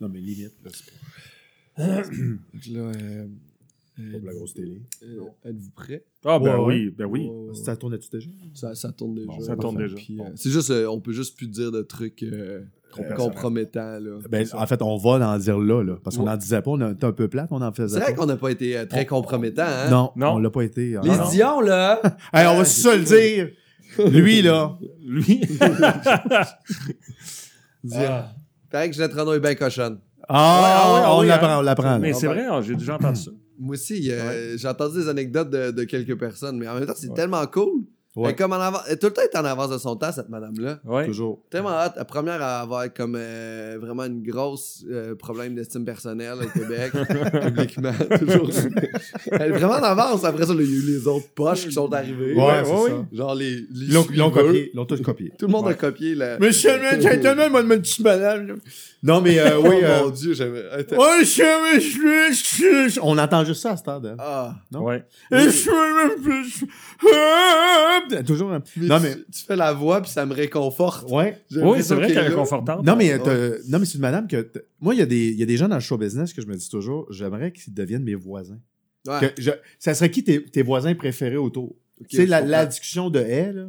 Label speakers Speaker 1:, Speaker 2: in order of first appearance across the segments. Speaker 1: Non, mais limite. là, c'est
Speaker 2: Fait que là, euh,
Speaker 1: pas
Speaker 2: euh,
Speaker 1: pour la grosse télé.
Speaker 2: euh, êtes-vous prêts?
Speaker 3: Ah, ben
Speaker 1: Ouais,
Speaker 3: oui, ben oui.
Speaker 2: Ouais, ouais,
Speaker 1: Ça tournait-tu déjà?
Speaker 2: oh. Ça, ça tourne déjà.
Speaker 1: Bon,
Speaker 3: ça tourne
Speaker 2: Parfait.
Speaker 3: déjà.
Speaker 2: Puis,
Speaker 3: Bon.
Speaker 2: euh, c'est juste, euh, on peut juste plus dire de trucs euh,
Speaker 1: Trop
Speaker 2: compromettants. là.
Speaker 1: Ben, en fait, on va en dire là, là parce qu'on
Speaker 2: Ouais.
Speaker 1: n'en disait pas. On était un peu plate, on en faisait
Speaker 2: C'est vrai
Speaker 1: pas.
Speaker 2: qu'on n'a pas été euh, très compromettant. Hein?
Speaker 1: Non,
Speaker 3: Non.
Speaker 1: on l'a pas été. hein.
Speaker 2: Les
Speaker 1: Non.
Speaker 2: Dion, là.
Speaker 1: Hey, on va se le dire. Lui, là.
Speaker 3: Lui.
Speaker 2: Dion. Paraît que je la traîne est bien cochonne.
Speaker 1: Ah,
Speaker 3: Ouais, ah ouais, ah
Speaker 1: on
Speaker 3: oui,
Speaker 1: l'apprend,
Speaker 3: hein.
Speaker 1: on l'apprend.
Speaker 3: mais
Speaker 1: là.
Speaker 3: c'est vrai, hein, j'ai déjà entendu ça.
Speaker 2: Moi aussi, euh, j'ai entendu des anecdotes de, de quelques personnes, mais en même temps, c'est tellement cool.
Speaker 1: Ouais.
Speaker 2: Elle est comme en avant- elle est tout le temps est en avance de son temps, cette madame-là.
Speaker 3: Ouais.
Speaker 1: Toujours.
Speaker 2: Tellement hâte. La première à avoir comme euh, vraiment une grosse euh, problème d'estime personnelle au Québec, publiquement, toujours. Elle est vraiment en avance. Après ça, là, il y a eu les autres poches qui sont arrivées.
Speaker 1: Ouais,
Speaker 3: Ouais,
Speaker 1: c'est
Speaker 3: ouais,
Speaker 1: ça.
Speaker 2: Genre les. les
Speaker 1: Ils l'ont- ils l'ont
Speaker 2: suiveurs.
Speaker 1: copié. Ils l'ont tous copié.
Speaker 2: Tout le monde a
Speaker 1: Ouais.
Speaker 2: copié la.
Speaker 1: Monsieur le gentleman, moi, une petite madame. là. Non, mais euh, oui.
Speaker 2: oh mon
Speaker 1: euh,
Speaker 2: dieu, j'aimerais. Attends.
Speaker 1: Ouais, je- je- je- je- On entend juste ça à cette heure. hein.
Speaker 2: Ah.
Speaker 1: Non.
Speaker 3: Ouais.
Speaker 1: Je- je-
Speaker 3: Ah!
Speaker 1: je- je- Toujours. hein. Non, mais.
Speaker 2: Tu, tu fais la voix, puis ça me réconforte.
Speaker 1: Ouais.
Speaker 2: J'ai
Speaker 3: Oui, c'est
Speaker 2: l'impression
Speaker 3: vrai
Speaker 2: qu'il
Speaker 3: qu'elle est
Speaker 2: est Oh, ben là.
Speaker 3: réconfortante.
Speaker 1: Non, mais, t'as- non, mais c'est une madame que. t'- Moi, il y, a des- il y a des gens dans le show business que je me dis toujours, j'aimerais qu'ils deviennent mes voisins.
Speaker 2: Ouais.
Speaker 1: Que je- Ça serait qui tes, tes voisins préférés autour?
Speaker 2: Ok,
Speaker 1: tu sais, la,
Speaker 2: je
Speaker 1: la
Speaker 2: comprends.
Speaker 1: discussion de elle, là,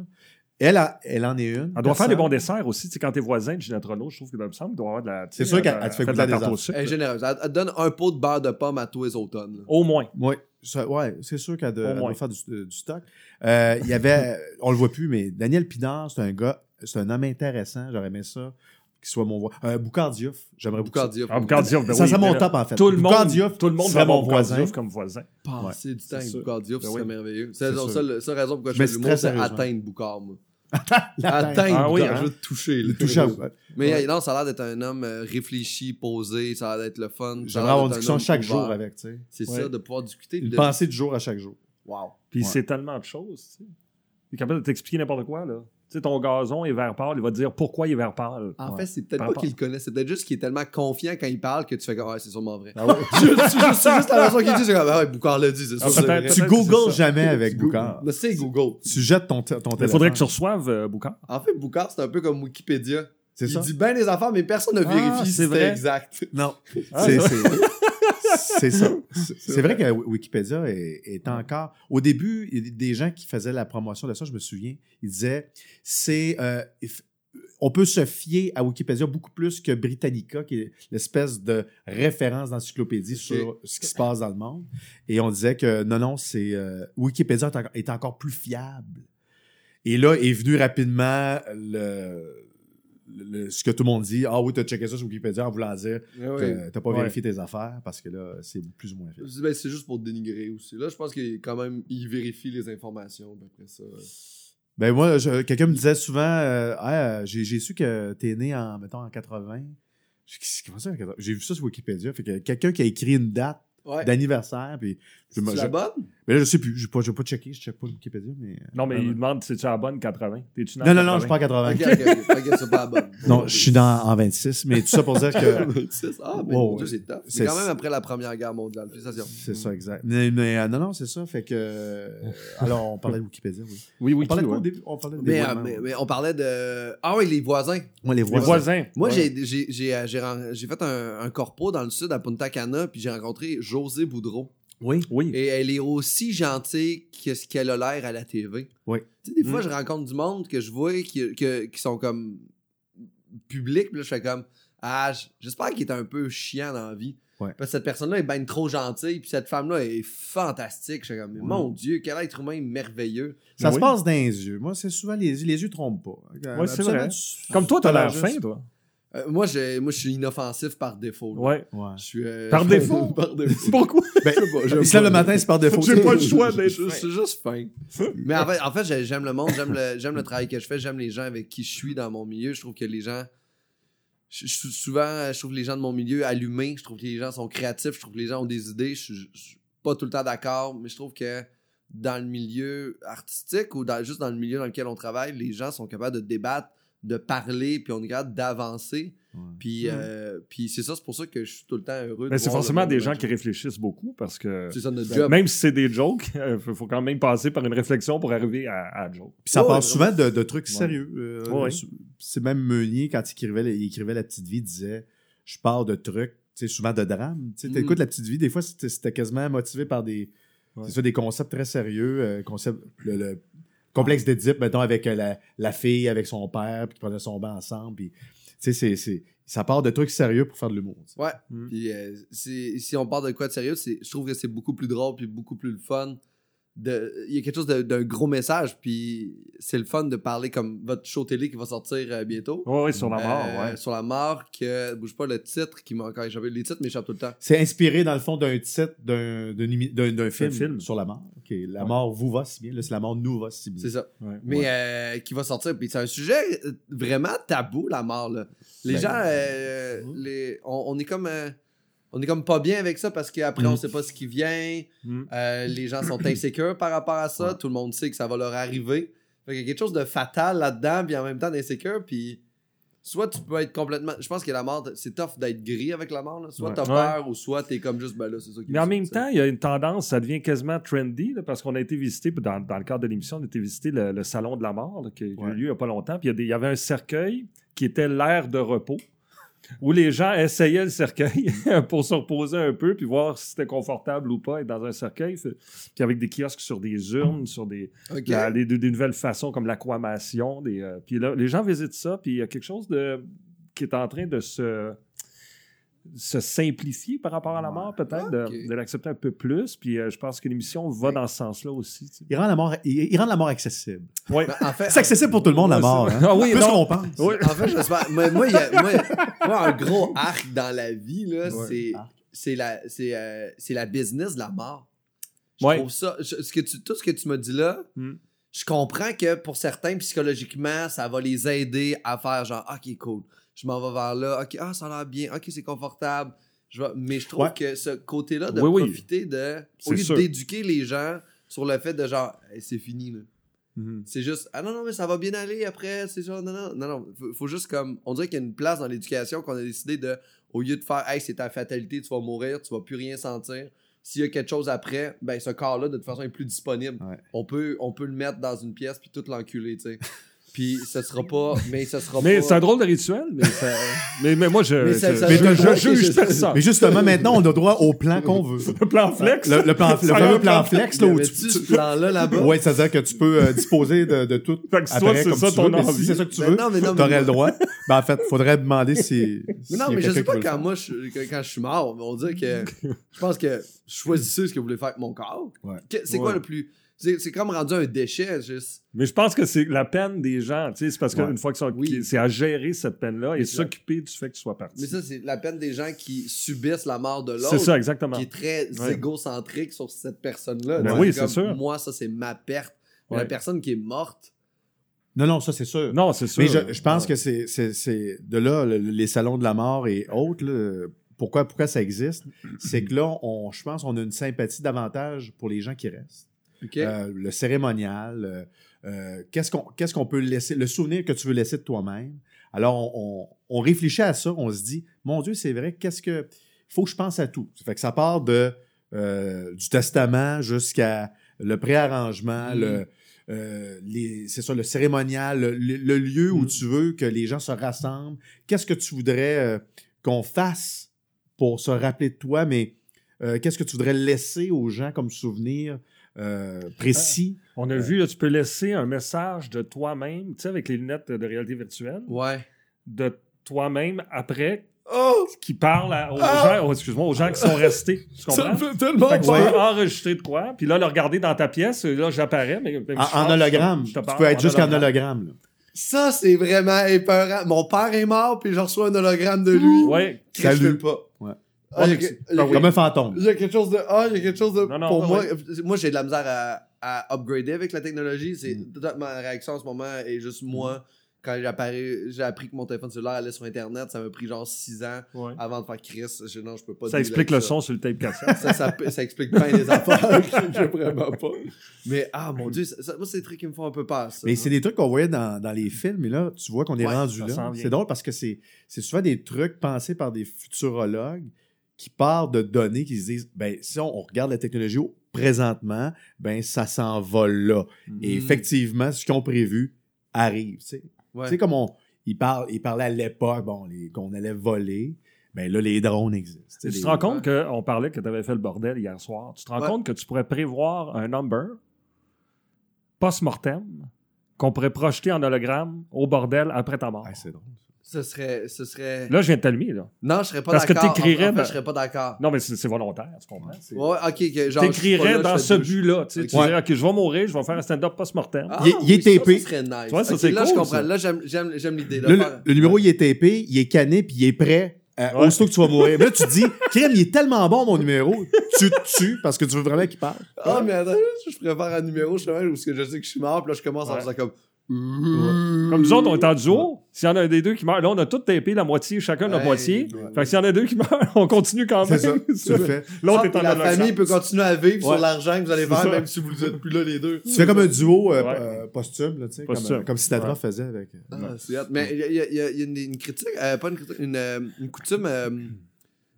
Speaker 1: elle, a- elle en est une.
Speaker 3: Elle doit faire
Speaker 1: personne.
Speaker 3: des bons desserts aussi. Tu sais, quand t'es voisin de Ginette Renault, je trouve que ben, il me semble qu'il doit avoir de la. tu sais,
Speaker 1: C'est sûr
Speaker 3: de la-
Speaker 1: qu'elle- elle te fait
Speaker 3: de
Speaker 1: goûter à
Speaker 3: la
Speaker 1: des
Speaker 3: tarte au
Speaker 1: affaires.
Speaker 3: sucre.
Speaker 2: Elle est généreuse. Elle, elle te donne un pot de beurre de pomme à tous les automnes. là.
Speaker 3: Au moins.
Speaker 1: Oui, ça- ouais, c'est sûr qu'elle de-
Speaker 3: Au
Speaker 1: elle
Speaker 3: moins.
Speaker 1: doit faire du, euh, du stock. Euh, il y avait, on le voit plus, mais Daniel Pinard, c'est un gars, c'est un homme intéressant. J'aurais aimé ça qu'il soit mon voisin. Euh, Boucard Diouf, j'aimerais beaucoup
Speaker 2: Boucard Diouf.
Speaker 3: Ah, Boucard Diouf, ben
Speaker 1: ça,
Speaker 3: oui,
Speaker 1: c'est
Speaker 3: mais
Speaker 1: mon
Speaker 3: là,
Speaker 1: top, en fait.
Speaker 3: Tout le
Speaker 1: Boucard
Speaker 3: monde,
Speaker 1: Diouf
Speaker 3: tout le monde
Speaker 1: serait
Speaker 3: va
Speaker 1: mon
Speaker 3: avoir Boucard
Speaker 1: voisin.
Speaker 3: Diouf comme voisin.
Speaker 2: Passer du temps
Speaker 1: c'est
Speaker 2: avec
Speaker 1: sûr.
Speaker 2: Boucard Diouf,
Speaker 1: Ben
Speaker 2: c'est
Speaker 1: oui.
Speaker 2: merveilleux.
Speaker 1: C'est
Speaker 2: C'est la
Speaker 1: sûr.
Speaker 2: seule, seule raison pourquoi je
Speaker 1: Mais c'est
Speaker 2: fais de l'humour,
Speaker 1: très
Speaker 2: c'est
Speaker 1: sérieusement.
Speaker 2: atteindre Boucard, moi.
Speaker 1: La tête.
Speaker 2: Atteindre
Speaker 3: Ah oui,
Speaker 2: Boucard,
Speaker 3: hein.
Speaker 2: je veux te toucher. là.
Speaker 1: Le touche à- ouais.
Speaker 2: Mais euh, non, ça a l'air d'être un homme euh, réfléchi, posé, ça a l'air d'être le fun. ça a
Speaker 1: J'aimerais
Speaker 2: l'air
Speaker 1: avoir une
Speaker 2: d'être un
Speaker 1: discussion
Speaker 2: homme
Speaker 1: chaque
Speaker 2: ouvert.
Speaker 1: jour avec, tu sais.
Speaker 2: C'est
Speaker 3: Ouais.
Speaker 2: ça, de pouvoir discuter. puis
Speaker 1: Une
Speaker 2: de-
Speaker 1: pensée du jour à chaque jour.
Speaker 2: Wow.
Speaker 3: Puis
Speaker 1: Ouais.
Speaker 3: c'est tellement de choses. tu sais. Il est capable de t'expliquer n'importe quoi. là. Tu sais, ton gazon est vert pâle. Il va te dire pourquoi il est vert pâle.
Speaker 2: En
Speaker 1: Ouais.
Speaker 2: fait, c'est peut-être
Speaker 3: Par
Speaker 2: pas
Speaker 3: rapport-
Speaker 2: qu'il le connaît, c'est peut-être juste qu'il est tellement confiant quand il parle que tu fais comme, ouais, c'est sûrement vrai.
Speaker 1: Ah ouais.
Speaker 2: c'est juste, c'est juste la façon qu'il dit, c'est comme, ah ouais, Boucard l'a dit, c'est sûr.
Speaker 3: Ah,
Speaker 2: c'est
Speaker 3: peut-être,
Speaker 2: vrai.
Speaker 1: tu
Speaker 3: que
Speaker 1: googles
Speaker 3: c'est ça.
Speaker 1: jamais avec Boucard.
Speaker 2: Mais c'est Google.
Speaker 1: Tu jettes ton, t- ton
Speaker 3: Il
Speaker 1: téléphone.
Speaker 3: faudrait que tu reçoives euh, Boucard.
Speaker 2: En fait, Boucard, c'est un peu comme Wikipédia.
Speaker 1: C'est
Speaker 2: il
Speaker 1: ça?
Speaker 2: dit bien des affaires, mais personne n'a
Speaker 3: Ah,
Speaker 2: vérifié si
Speaker 3: c'est
Speaker 2: c'était
Speaker 3: vrai.
Speaker 2: exact.
Speaker 1: Non.
Speaker 3: Ah,
Speaker 1: c'est,
Speaker 3: c'est
Speaker 1: c'est- c'est ça. C'est, c'est vrai que Wikipédia est, est encore. Au début, il y a des gens qui faisaient la promotion de ça, je me souviens, ils disaient c'est. euh, if- on peut se fier à Wikipédia beaucoup plus que Britannica, qui est l'espèce de référence d'encyclopédie sur ce qui se passe dans le monde. Et on disait que non, non, c'est euh, Wikipédia est, encore- est encore plus fiable. Et là est venu rapidement le, le- ce que tout le monde dit. Ah oui, t'as checké ça sur Wikipédia en voulant dire
Speaker 2: Ouais.
Speaker 1: que T'as pas
Speaker 3: Ouais.
Speaker 1: vérifié tes affaires parce que là, c'est plus ou moins fait.
Speaker 2: Ben, c'est juste pour dénigrer aussi. Là, je pense qu'il quand même, il vérifie les informations d'après ça. euh,
Speaker 1: Ben moi, je- quelqu'un me disait souvent euh, Ah, euh, j'ai, j'ai su que t'es né en, mettons, en 80. Je dis, Comment ça, en 80? J'ai vu ça sur Wikipédia. Fait que quelqu'un qui a écrit une date
Speaker 2: Ouais.
Speaker 1: d'anniversaire, puis Ben, je, me-
Speaker 2: C'est
Speaker 1: je-
Speaker 2: la bonne?
Speaker 1: mais là, je sais plus, je pas, j'ai pas checké, je check pas Wikipédia, mais.
Speaker 3: Non, mais
Speaker 1: Ah,
Speaker 3: il
Speaker 1: ouais.
Speaker 3: demande c'est-tu à la bonne 80 T'es-tu dans
Speaker 1: Non,
Speaker 3: la
Speaker 1: non, non,
Speaker 3: 80?
Speaker 1: je suis pas en 80.
Speaker 2: Ok, ok, ok. Ok, c'est pas la bonne.
Speaker 1: Non, je suis dans, en 26, mais tout ça pour dire que.
Speaker 2: C'est ça. Ah, mais
Speaker 1: Ouais,
Speaker 2: mon Dieu,
Speaker 1: ouais.
Speaker 2: c'est tough. C'est
Speaker 1: C'est-
Speaker 2: quand même après la Première Guerre mondiale. Félicitations.
Speaker 1: C'est ça, exact. Mais, mais, euh, non, non, c'est ça. Fait que. euh, alors, on parlait de Wikipédia, oui.
Speaker 3: Oui,
Speaker 1: On
Speaker 3: oui,
Speaker 1: parlait de
Speaker 3: qui,
Speaker 1: quoi au
Speaker 3: ouais.
Speaker 1: début? On parlait de
Speaker 2: Mais, euh, mais, mais on parlait de. Ah oui, les voisins.
Speaker 1: Moi, les
Speaker 3: Les
Speaker 1: voisins.
Speaker 3: voisins.
Speaker 2: Moi,
Speaker 3: Ouais.
Speaker 2: j'ai- j'ai- j'ai euh, j'ai ren- j'ai fait un, un corpo dans le sud à Punta Cana, puis j'ai rencontré José Boudreau.
Speaker 1: Oui.
Speaker 3: Oui.
Speaker 2: Et elle est aussi gentille que ce qu'elle a l'air à la TV.
Speaker 1: Oui.
Speaker 2: Tu sais, des fois,
Speaker 3: Mm.
Speaker 2: je rencontre du monde que je vois qui, que- qui sont comme publics, puis là, je fais comme Ah, j- j'espère qu'il est un peu chiant dans la vie.
Speaker 1: Ouais.
Speaker 2: Parce que cette personne-là est bien trop gentille, puis cette femme-là est fantastique. Je fais comme Mon Dieu, quel être humain merveilleux.
Speaker 1: Ça
Speaker 3: Oui.
Speaker 1: se passe dans les yeux. Moi, c'est souvent les yeux. Les yeux trompent pas. Euh,
Speaker 3: Ouais, c'est
Speaker 1: Absolument,
Speaker 3: vrai.
Speaker 1: tu-
Speaker 3: Comme toi, t'as
Speaker 1: tu
Speaker 3: l'air
Speaker 1: juste-
Speaker 3: fin, toi.
Speaker 2: Euh, moi, je, moi, je suis inoffensif par défaut. là.
Speaker 3: Ouais.
Speaker 1: Ouais.
Speaker 2: Je suis, euh,
Speaker 3: Par défaut?
Speaker 2: Par défaut.
Speaker 3: Pourquoi
Speaker 1: Ben,
Speaker 2: Je sais pas, je
Speaker 1: il
Speaker 2: sais
Speaker 1: se lève
Speaker 2: pas.
Speaker 1: le matin, c'est par défaut.
Speaker 3: J'ai pas le choix d'être
Speaker 2: Je-
Speaker 3: fin.
Speaker 2: C'est juste fin. Mais en fait, en fait, j'ai- j'aime le monde, j'aime le, j'aime le travail que je fais, j'aime les gens avec qui je suis dans mon milieu. Je trouve que les gens. je- je- souvent, je trouve les gens de mon milieu allumés. Je trouve que les gens sont créatifs. Je trouve que les gens ont des idées. Je, suis- je suis pas tout le temps d'accord, mais je trouve que dans le milieu artistique ou dans- juste dans le milieu dans lequel on travaille, les gens sont capables de débattre, de parler, puis on est capable d'avancer.
Speaker 1: Ouais.
Speaker 2: Puis,
Speaker 3: Hmm.
Speaker 2: euh, puis c'est ça, c'est pour ça que je suis tout le temps heureux. de
Speaker 3: Ben, c'est
Speaker 2: voir le
Speaker 3: forcément
Speaker 2: monde
Speaker 3: des
Speaker 2: dans
Speaker 3: gens
Speaker 2: le
Speaker 3: qui réfléchissent beaucoup parce que
Speaker 2: c'est ça notre job.
Speaker 3: même si c'est des jokes, il faut quand même passer par une réflexion pour arriver à, à la joke.
Speaker 1: Puis ça
Speaker 2: Ouais,
Speaker 1: parle
Speaker 2: ouais.
Speaker 1: souvent de, de trucs sérieux. Euh,
Speaker 3: Ouais.
Speaker 1: C'est même Meunier, quand il écrivait, il écrivait La Petite Vie, il disait je parle de trucs, tu sais, souvent de drames. Tu sais,
Speaker 2: Mm.
Speaker 1: t'écoutes la petite vie, des fois, c'était c'était quasiment motivé par des,
Speaker 3: Ouais.
Speaker 1: c'est ça, des concepts très sérieux, euh, concept, le, le complexe d'Édipe, mettons, avec euh, la, la fille, avec son père, puis qui prenaient son bain ensemble, puis, tu sais, c'est- c'est- ça part de trucs sérieux pour faire de l'humour. tu sais.
Speaker 2: Ouais.
Speaker 3: Mm.
Speaker 2: Puis euh, c'est- si on parle de quoi de sérieux, c'est- je trouve que c'est beaucoup plus drôle puis beaucoup plus le fun. De- Il y a quelque chose de- d'un gros message, puis c'est le fun de parler comme votre show télé qui va sortir euh, bientôt.
Speaker 3: Ouais, ouais, sur Oh, la mort,
Speaker 2: Euh,
Speaker 3: ouais.
Speaker 2: Sur la mort, que bouge pas le titre qui m'a encore échappé. Les titres m'échappent tout le temps.
Speaker 1: C'est inspiré, dans le fond, d'un titre d'un d'un imi- d'un- d'un film,
Speaker 3: film.
Speaker 1: sur la mort. Ok, la
Speaker 3: Ouais.
Speaker 1: mort vous va si bien, là, c'est la mort nous va si bien.
Speaker 2: C'est ça.
Speaker 3: Mm. Ouais.
Speaker 2: Mais euh, qui va sortir. Puis c'est un sujet euh, vraiment tabou, la mort. Là. Les
Speaker 1: Ben,
Speaker 2: gens, euh,
Speaker 1: ouais.
Speaker 2: les, on, on est comme. euh, on est comme pas bien avec ça parce qu'après,
Speaker 1: Mm.
Speaker 2: on sait pas ce qui vient.
Speaker 3: Mm.
Speaker 2: Euh, les gens sont insécures par rapport à ça.
Speaker 1: Ouais.
Speaker 2: Tout le monde sait que ça va leur arriver. Fait qu'il y a quelque chose de fatal là-dedans, puis en même temps d'insécure. Puis soit tu peux être complètement. Je pense que la mort, c'est tough d'être gris avec la mort. là. Soit
Speaker 1: Ouais.
Speaker 2: t'as
Speaker 3: Ouais.
Speaker 2: peur, ou soit t'es comme juste, ben là, c'est ça qui
Speaker 3: Mais en
Speaker 2: me
Speaker 3: même
Speaker 2: sort,
Speaker 3: temps, il y a une tendance, ça devient quasiment trendy, là, parce qu'on a été visité, puis dans, dans le cadre de l'émission, on a été visité le, le salon de la mort, là, qui a eu
Speaker 1: Ouais.
Speaker 3: lieu il n'y a pas longtemps. Puis il y, a des- il y avait un cercueil qui était l'air de repos, où les gens essayaient le cercueil pour se reposer un peu, puis voir si c'était confortable ou pas, être dans un cercueil. Fait- Puis avec des kiosques sur des urnes, sur des,
Speaker 2: ça. Ok.
Speaker 3: la- les- des, des nouvelles façons comme l'aquamation. Des, euh, puis là, les gens visitent ça, puis il y a quelque chose de, qui est en train de se, se simplifier par rapport à la mort, peut-être, de-
Speaker 2: Ok.
Speaker 3: de, l'accepter un peu plus. Puis euh, je pense que l'émission va dans ce sens-là aussi. tu sais.
Speaker 1: Il rend la mort, il, il rend la mort accessible.
Speaker 3: Ouais.
Speaker 2: Ben, en fait,
Speaker 1: C'est accessible pour tout le monde, la
Speaker 3: Ouais,
Speaker 1: mort.
Speaker 3: c'est-
Speaker 1: hein.
Speaker 3: Ah oui,
Speaker 1: Plus
Speaker 3: non.
Speaker 1: qu'on pense.
Speaker 3: Oui.
Speaker 2: En fait, j'espère. Moi, moi, il y a- moi- moi, un gros arc dans la vie, là,
Speaker 1: Ouais. Ah.
Speaker 2: c'est,
Speaker 1: Arc.
Speaker 2: c'est, la, c'est, euh, c'est la business de la mort. Je
Speaker 3: Ouais.
Speaker 2: trouve ça. je- ce que tu, tout ce que tu m'as dit là,
Speaker 3: Mm.
Speaker 2: je comprends que pour certains, psychologiquement, ça va les aider à faire genre, OK, cool, je m'en vais vers là, OK, ah, ça a l'air bien, OK, c'est confortable. Je vais- Mais je trouve
Speaker 1: Ouais.
Speaker 2: que ce côté-là de
Speaker 3: Oui, oui.
Speaker 2: profiter de. Au
Speaker 3: C'est
Speaker 2: lieu
Speaker 3: sûr.
Speaker 2: d'éduquer les gens sur le fait de genre, Hey, c'est fini, là.
Speaker 3: Mhm.
Speaker 2: C'est juste, ah non, non, mais ça va bien aller après, c'est genre, non, non, non, non. Faut, faut juste comme, on dirait qu'il y a une place dans l'éducation qu'on a décidé de, au lieu de faire, hey, c'est ta fatalité, tu vas mourir, tu vas plus rien sentir. S'il y a quelque chose après, ben ce corps-là, de toute façon, est plus disponible.
Speaker 1: Ouais.
Speaker 2: On, peut, on peut le mettre dans une pièce puis tout l'enculer, tu sais. puis ce sera pas, mais ce sera
Speaker 3: Mais
Speaker 2: pas.
Speaker 3: c'est un drôle de rituel, mais, ça- mais, mais moi, je,
Speaker 2: Mais ça-
Speaker 3: je-
Speaker 2: ça-
Speaker 3: je-
Speaker 1: ça-
Speaker 3: je- je
Speaker 2: ok,
Speaker 3: juge
Speaker 2: je-
Speaker 3: personne.
Speaker 1: Mais justement, maintenant, on a droit au plan qu'on veut.
Speaker 3: Le plan flex.
Speaker 1: Le, le plan, le
Speaker 3: Ça
Speaker 1: fameux
Speaker 3: va,
Speaker 1: plan
Speaker 3: plan
Speaker 1: flex,
Speaker 2: Il
Speaker 1: là,
Speaker 2: y
Speaker 1: où tu...
Speaker 2: avait-tu ce plan-là là-bas.
Speaker 1: Oui, c'est-à-dire que tu peux euh, disposer de, de tout
Speaker 3: Fait que toi,
Speaker 1: après,
Speaker 3: c'est
Speaker 1: comme
Speaker 3: ça
Speaker 1: tu
Speaker 3: ton
Speaker 1: veux. Mais
Speaker 3: envie.
Speaker 1: Si c'est ça que tu
Speaker 2: Ben
Speaker 1: veux,
Speaker 2: non, mais non, mais
Speaker 1: t'aurais
Speaker 2: non.
Speaker 1: le droit. Ben, en fait, faudrait demander si...
Speaker 2: Mais
Speaker 1: s'il y a
Speaker 2: non, mais je
Speaker 1: quelqu'un
Speaker 2: sais
Speaker 1: qui
Speaker 2: pas
Speaker 1: veut le
Speaker 2: quand
Speaker 1: faire.
Speaker 2: moi, je, quand, quand je suis mort, mais on dirait que je pense que choisissez ce que vous voulez faire avec mon corps.
Speaker 1: Ouais.
Speaker 2: Que- C'est quoi
Speaker 3: Ouais.
Speaker 2: le plus. C'est c'est comme rendu un déchet, juste.
Speaker 3: Mais je pense que c'est la peine des gens, tu sais, c'est parce qu'une
Speaker 1: Ouais.
Speaker 3: fois qu'ils sont,
Speaker 2: Oui.
Speaker 3: qu'ils- c'est à gérer cette peine-là et
Speaker 2: Exact.
Speaker 3: s'occuper du fait que tu sois parti.
Speaker 2: Mais ça, c'est la peine des gens qui subissent la mort de
Speaker 3: C'est
Speaker 2: l'autre,
Speaker 3: ça, exactement.
Speaker 2: qui est très
Speaker 3: Ouais.
Speaker 2: égocentrique sur cette personne-là.
Speaker 3: Ben
Speaker 2: Tu sais,
Speaker 3: oui, c'est
Speaker 2: comme,
Speaker 3: sûr.
Speaker 2: Moi, ça, c'est ma perte. Mais
Speaker 3: Ouais.
Speaker 2: La personne qui est morte.
Speaker 1: Non, non, ça, c'est sûr.
Speaker 3: Non, c'est sûr.
Speaker 1: Mais je, je pense que c'est- c'est c'est- de là, le- les salons de la mort et autres, là, pourquoi, pourquoi ça existe, c'est que là, on, je pense qu'on a une sympathie davantage pour les gens qui restent.
Speaker 2: OK?
Speaker 1: Euh, le cérémonial, euh, euh, qu'est-ce qu'on qu'est-ce qu'on peut laisser, le souvenir que tu veux laisser de toi-même. Alors, on, on- on réfléchit à ça, on se dit, mon Dieu, c'est vrai, qu'est-ce que. Il faut que je pense à tout. Ça fait que ça part de, euh, du testament jusqu'à le préarrangement,
Speaker 2: Mhm.
Speaker 3: Mm.
Speaker 1: le. euh, les- c'est ça, le cérémonial, le, le- le lieu où
Speaker 3: Mhm.
Speaker 1: tu veux que les gens se rassemblent. Qu'est-ce que tu voudrais euh, qu'on fasse pour se rappeler de toi, mais euh, qu'est-ce que tu voudrais laisser aux gens comme souvenir euh, précis?
Speaker 3: On a vu, là, tu peux laisser un message de toi-même, tu sais, avec les lunettes de réalité virtuelle,
Speaker 2: Ouais.
Speaker 3: de toi-même après,
Speaker 2: Oh!
Speaker 3: qui parle à- aux
Speaker 2: Ah!
Speaker 3: gens, oh, excuse-moi, aux gens qui sont restés. Tu comprends?
Speaker 2: fait tellement
Speaker 3: Fait que tu peux enregistrer de quoi, puis là, le regarder dans ta pièce, et là, j'apparais. Mais, mais je
Speaker 1: En, en
Speaker 3: parle,
Speaker 1: hologramme.
Speaker 3: je te- je te
Speaker 1: tu
Speaker 3: parle
Speaker 1: peux être juste en
Speaker 3: hologramme.
Speaker 1: hologramme. là.
Speaker 2: Ça, c'est vraiment épeurant. Mon père est mort, puis je reçois un hologramme de lui.
Speaker 3: Ouais.
Speaker 2: Qu'est-ce que je
Speaker 1: Salut.
Speaker 2: veux pas.
Speaker 1: Ouais.
Speaker 2: Ah, il y a
Speaker 1: Ouais,
Speaker 2: que- il y a que-
Speaker 1: Comme un fantôme.
Speaker 2: Il y a quelque chose de. Ah, il y a quelque chose de.
Speaker 3: Non, non,
Speaker 2: pour
Speaker 3: ouais,
Speaker 2: moi, euh, moi j'ai de la misère à, à upgrader avec la technologie. C'est
Speaker 3: Mm.
Speaker 2: toute ma réaction en ce moment est juste moi. Quand j'ai apparu- j'ai appris que mon téléphone cellulaire allait sur Internet, ça m'a pris genre 6 ans
Speaker 3: ouais.
Speaker 2: avant de faire Chris. Je, non, je peux pas
Speaker 3: Ça
Speaker 2: deal
Speaker 3: explique
Speaker 2: avec
Speaker 3: le
Speaker 2: ça.
Speaker 3: son sur le tape cassette.
Speaker 2: Ça, ça, peut- ça explique bien les affaires que j'ai vraiment pas. Mais ah mon dieu, ça- ça- moi c'est des trucs qui me font un peu peur. ça.
Speaker 1: Mais c'est des trucs qu'on voyait dans, dans les films, et là, tu vois qu'on est
Speaker 2: Ouais,
Speaker 1: rendu
Speaker 3: ça
Speaker 1: là.
Speaker 3: s'en vient.
Speaker 1: C'est drôle parce que c'est c'est souvent des trucs pensés par des futurologues qui partent de données qui se disent ben si on, on regarde la technologie au- présentement, ben ça s'envole là. Et
Speaker 2: Mhm.
Speaker 1: effectivement, ce qu'ils ont prévu arrive. tu sais.
Speaker 2: Ouais.
Speaker 1: Tu sais, comme on, il, parle, il parlait à l'époque, bon, les- qu'on allait voler. ben là, les drones existent.
Speaker 3: Tu
Speaker 1: Les-
Speaker 3: te rends compte qu'on parlait que tu avais fait le bordel hier soir. Tu te rends
Speaker 2: Ouais.
Speaker 3: compte que tu pourrais prévoir un number post-mortem qu'on pourrait projeter en hologramme au bordel après ta mort.
Speaker 1: Ah, c'est drôle.
Speaker 2: Ce serait. Ce serait...
Speaker 3: Là, je viens de t'allumer, là.
Speaker 2: Non, je serais pas
Speaker 3: Parce que
Speaker 2: d'accord. En-
Speaker 3: t'écrirais
Speaker 2: en fait,
Speaker 3: dans-
Speaker 2: je serais pas d'accord.
Speaker 3: Non, mais c'est c'est volontaire, tu comprends? C'est-
Speaker 2: Ouais, ok. que genre, je suis pas là,
Speaker 3: T'écrirais
Speaker 2: je
Speaker 3: dans
Speaker 2: fais
Speaker 3: ce
Speaker 2: deux-
Speaker 3: but-là. Tu, sais, tu
Speaker 1: Ouais.
Speaker 3: dirais, OK, je vais mourir, je vais faire un stand-up post-mortem.
Speaker 2: Ah,
Speaker 1: Il est- il est
Speaker 2: oui, ça,
Speaker 1: TP.
Speaker 2: Ça, serait nice.
Speaker 3: Tu vois, ça,
Speaker 2: Ok,
Speaker 3: c'est
Speaker 2: là, je
Speaker 3: cool,
Speaker 2: comprends.
Speaker 3: ça.
Speaker 2: Là, j'aime- j'aime j'aime l'idée. là.
Speaker 1: Là,
Speaker 2: Faire-
Speaker 1: le, le numéro, il est tapé, il est cané, puis il est prêt. euh,
Speaker 3: Ouais.
Speaker 1: Aussitôt que tu vas mourir. Mais là, tu te dis, Crème, il est tellement bon, mon numéro. Tu te tues parce que tu veux vraiment qu'il parle.
Speaker 2: Ah, mais attends, je préfère un numéro, je sais même, parce que je sais que je suis mort, puis là, je commence en
Speaker 3: Ouais.
Speaker 2: faisant comme.
Speaker 3: Comme nous autres, on est en duo. S'il y en a un des deux qui meurt, là, on a tout tapé la moitié, chacun notre
Speaker 2: Ouais,
Speaker 3: moitié.
Speaker 2: ouais.
Speaker 3: Fait que s'il y en a deux qui meurent, on continue quand
Speaker 1: C'est
Speaker 3: même.
Speaker 1: ça. Tu le fais.
Speaker 3: L'autre est en
Speaker 2: Ah, La
Speaker 3: hologramme.
Speaker 2: famille peut continuer à vivre
Speaker 3: Ouais.
Speaker 2: sur l'argent que vous allez
Speaker 3: C'est
Speaker 2: faire,
Speaker 3: ça.
Speaker 2: même si vous le êtes plus là, les deux.
Speaker 1: Tu fais comme un duo euh,
Speaker 3: Ouais.
Speaker 1: euh, posthume, là, tu sais,
Speaker 3: Posthume.
Speaker 1: comme, comme Sinatra
Speaker 3: Ouais.
Speaker 1: faisait avec. euh,
Speaker 2: Ah, c'est hot. Mais il y a, il y a- il y a- il y a une, une critique, euh, pas une critique, une, euh, une coutume euh,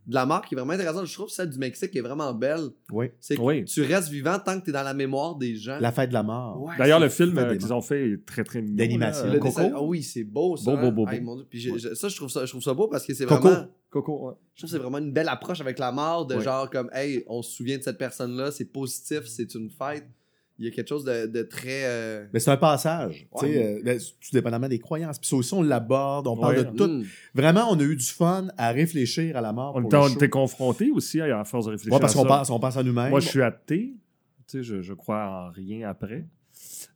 Speaker 2: de la mort qui est vraiment intéressante. Je trouve celle du Mexique qui est vraiment belle.
Speaker 1: Oui.
Speaker 2: C'est que
Speaker 3: Oui.
Speaker 2: tu restes vivant tant que tu es dans la mémoire des gens.
Speaker 1: La fête de la mort.
Speaker 2: Ouais,
Speaker 3: D'ailleurs,
Speaker 2: c'est
Speaker 3: le film
Speaker 1: fait
Speaker 3: euh,
Speaker 1: des
Speaker 3: qu'ils ont fait est très, très mignon.
Speaker 1: D'animation.
Speaker 3: là.
Speaker 2: Le
Speaker 1: Coco.
Speaker 2: dessin- Ah oui, c'est beau ça.
Speaker 3: Beau, beau, beau,
Speaker 2: hein? Aïe,
Speaker 3: beau.
Speaker 2: mon Dieu. Puis j'ai- j'ai- ça, je trouve ça, je trouve ça beau parce que c'est
Speaker 1: Coco.
Speaker 2: vraiment,
Speaker 3: Coco, ouais.
Speaker 2: je trouve que c'est vraiment une belle approche avec la mort de
Speaker 3: Ouais. Mm.
Speaker 2: genre comme, hey, on se souvient de cette personne là, c'est positif, c'est une fête. Il y a quelque chose de, de très. euh,
Speaker 1: Mais c'est un passage, tu sais,
Speaker 2: Ouais.
Speaker 1: euh, ben, c'est tout dépendamment des croyances. Puis ça aussi, on l'aborde, on parle
Speaker 3: Ouais.
Speaker 1: de tout.
Speaker 2: mm.
Speaker 1: Vraiment, on a eu du fun à réfléchir à la mort.
Speaker 3: On
Speaker 1: pour
Speaker 3: était-
Speaker 1: le
Speaker 3: on
Speaker 1: show.
Speaker 3: était confrontés aussi à à force de réfléchir.
Speaker 1: Ouais, parce
Speaker 3: à
Speaker 1: qu'on
Speaker 3: ça.
Speaker 1: pense, on pense à nous-mêmes.
Speaker 3: Moi, je suis athée. Tu sais, je, je crois en rien après.